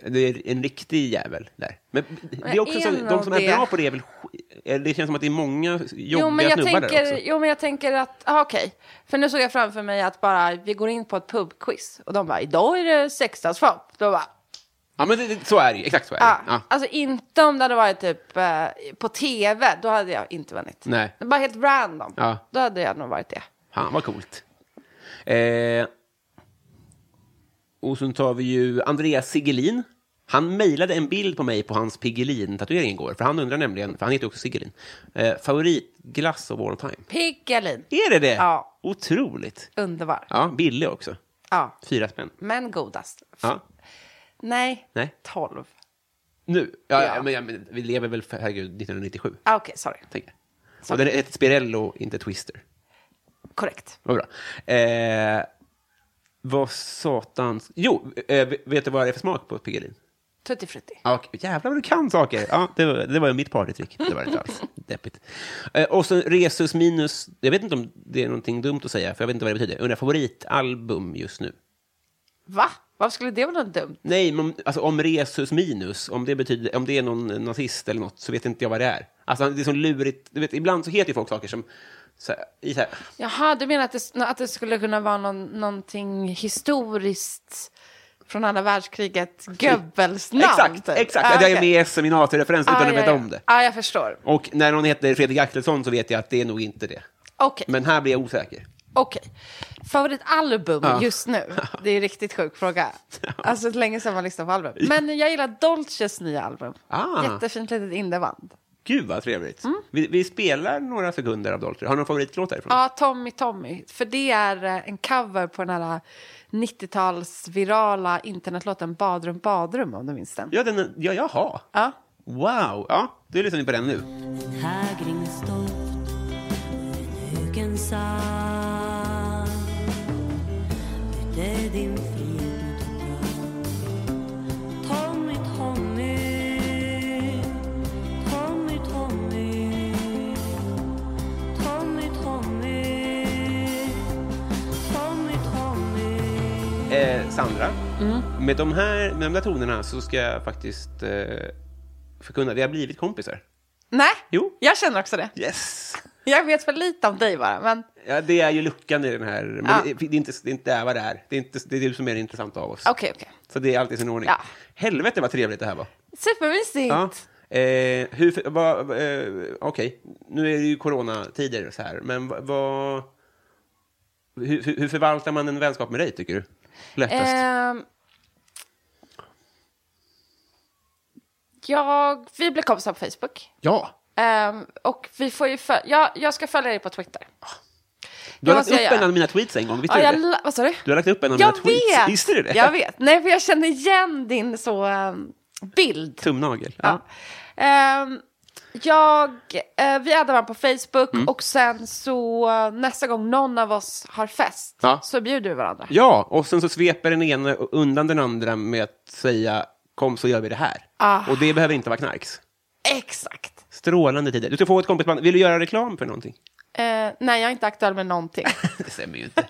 S3: Det är en riktig jävel där. Men det är också
S2: är
S3: så,
S2: nog
S3: de som är
S2: det.
S3: bra på det är väl... sk- eh, Det känns som att det är många jobbiga
S2: Jo men, jag
S3: snubbar där
S2: tänker,
S3: också.
S2: jo, men jag tänker att... Ah, Okej. För nu såg jag framför mig att bara vi går in på ett pubquiz och de bara idag är det 60-talspop. Då bara...
S3: Ja, men det- det, så är det ju. Exakt så är det.
S2: Ah.
S3: Ja.
S2: Alltså inte om det hade varit typ eh, på tv, då hade jag inte vunnit.
S3: Nej. Ah.
S2: Bara helt random.
S3: Ja.
S2: Då hade jag nog varit det.
S3: Fan, vad coolt. Eh, och sen tar vi ju Andreas Sigelin. Han mejlade en bild på mig på hans Piggelin-tatuering igår. För han undrar nämligen, för han heter ju också Sigelin. Eh, favoritglass of all time.
S2: Piggelin.
S3: Är det det?
S2: Ja.
S3: Otroligt.
S2: Underbar.
S3: Ja, billig också.
S2: Ja.
S3: Fyra spänn.
S2: Men godast.
S3: Ja.
S2: Nej.
S3: Nej.
S2: 12.
S3: Nu? Ja,
S2: Ja.
S3: ja. Men, ja, men vi lever väl, för, herregud, 1997?
S2: Ah, Okej, sorry.
S3: Tänker jag. Och den heter Spirello, inte Twister.
S2: Korrekt.
S3: Vad bra. Eh, vad satans... Jo, eh, vet du vad det är för smak på Piggelin?
S2: Tutti frutti.
S3: Ja, okej. jävlar vad du kan saker! Ja, det, var, det var ju mitt partytrick. Det var det inte alls. Deppigt. Eh, och så Resus minus... Jag vet inte om det är någonting dumt att säga, för jag vet inte vad det betyder. Undrar favoritalbum just nu?
S2: Va? Varför skulle det vara något dumt?
S3: Nej, men om- alltså om Resus minus, om det, betyder, om det är någon nazist eller något, så vet inte jag vad det är. Alltså det är så lurigt. Du vet, ibland så heter ju folk saker som... Så här, i så här,
S2: Jaha, du menar att det, att det skulle kunna vara någon, någonting historiskt från andra världskriget? Goebbels namn?
S3: exakt,
S2: typ.
S3: exakt.
S2: Ah,
S3: Att jag är
S2: okej.
S3: med i seminariereferens utan
S2: Ah,
S3: att
S2: ja,
S3: veta
S2: ja.
S3: om det.
S2: Ja, jag förstår.
S3: Och när någon heter Fredrik Axelsson så vet jag att det är nog inte det.
S2: Okej,
S3: Men här blir jag osäker.
S2: okej. Favoritalbum just nu? Det är en riktigt sjuk fråga. Alltså, det är länge sedan man lyssnade på album. Men jag gillar Dolces nya album.
S3: Ah.
S2: Jättefint litet indieband.
S3: Gud vad trevligt.
S2: Mm.
S3: Vi, vi spelar några sekunder av Dolce. Har du någon favoritlåt därifrån?
S2: Ja, Tommy Tommy. För det är eh, en cover på den här 90-tals virala internetlåten Badrum Badrum, om du minns den.
S3: Ja, den, ja, jaha.
S2: Ja.
S5: Wow! Ja, då lyssnar ni på den nu.
S6: hägring stolt Högen sand Bytte din frid mot en brand Tommy, Tommy Tommy, Tommy Tommy, Tommy Tommy, Tommy
S3: Eh, Sandra,
S2: Mm.
S3: med, de här, med de där tonerna så ska jag faktiskt eh, förkunna, vi har blivit kompisar.
S2: Nej,
S3: Jo.
S2: jag känner också det.
S3: Yes!
S2: Jag vet för lite om dig bara, men
S3: Ja, det är ju luckan i den här, men
S2: Ja.
S3: det, det, är inte, det är inte där vad det är. Det är, inte, det är du som är det intressanta av oss.
S2: okej, okej.
S3: Så det är alltid i sin ordning.
S2: Ja.
S3: Helvete vad trevligt det här var.
S2: Supermysigt.
S3: Ja. Eh, hur, vad, eh, Okej, nu är det ju coronatider och så här, men vad... vad hur, hur hur förvaltar man en vänskap med dig, tycker du? Lättast?
S2: Ehm, jag, vi blir kompisar på Facebook.
S3: ja!
S2: Ehm, och vi får ju föl- jag, jag ska följa dig på Twitter.
S3: Du
S2: det
S3: har lagt
S2: måste
S3: upp
S2: jag
S3: en
S2: göra.
S3: av mina tweets en gång, visste
S2: Ja, jag,
S3: du det?
S2: la- vad sa du?
S3: Du har lagt upp en av mina
S2: Jag
S3: tweets,
S2: vet!
S3: visste du det?
S2: Jag vet. Nej, för jag känner igen din så ehm, bild.
S3: Tumnagel.
S2: Ja. Ehm, jag, eh, vi hade varandra på Facebook
S3: Mm.
S2: och sen så eh, nästa gång någon av oss har fest
S3: Ja.
S2: så bjuder vi varandra.
S3: Ja, och sen så sveper den ene undan den andra med att säga kom så gör vi det här.
S2: Ah.
S3: Och det behöver inte vara knarks.
S2: Exakt.
S3: Strålande tider. Du ska få ett kompisband. Vill du göra reklam för någonting?
S2: Eh, nej, jag är inte aktuell med någonting.
S3: Det stämmer ju inte.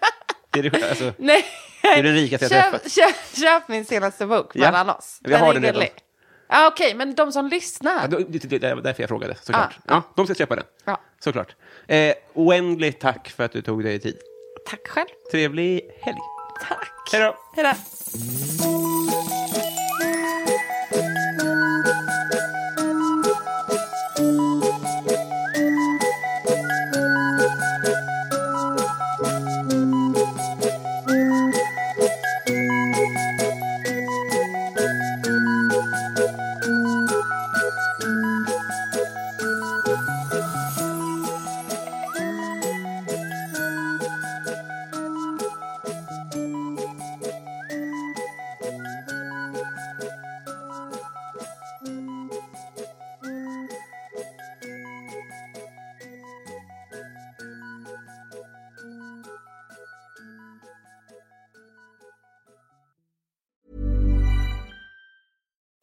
S3: Det är, det, sköna, alltså,
S2: nej.
S3: det är den rikaste jag
S2: Köp,
S3: har träffat.
S2: köp, köp min senaste bok,
S3: Ja.
S2: mellan oss.
S3: Vi har den
S2: är
S3: redan.
S2: gullig. Ja, Okej, men de som
S3: Ja,
S2: lyssnar.
S3: då- det- det- det var därför jag frågade, såklart. Ja, de ska köpa den.
S2: Ja.
S3: Såklart. Eh, oändligt tack för att du tog dig tid.
S2: Tack själv.
S3: Trevlig helg.
S2: Tack.
S3: Hej då.
S2: Hej då.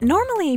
S7: Normally,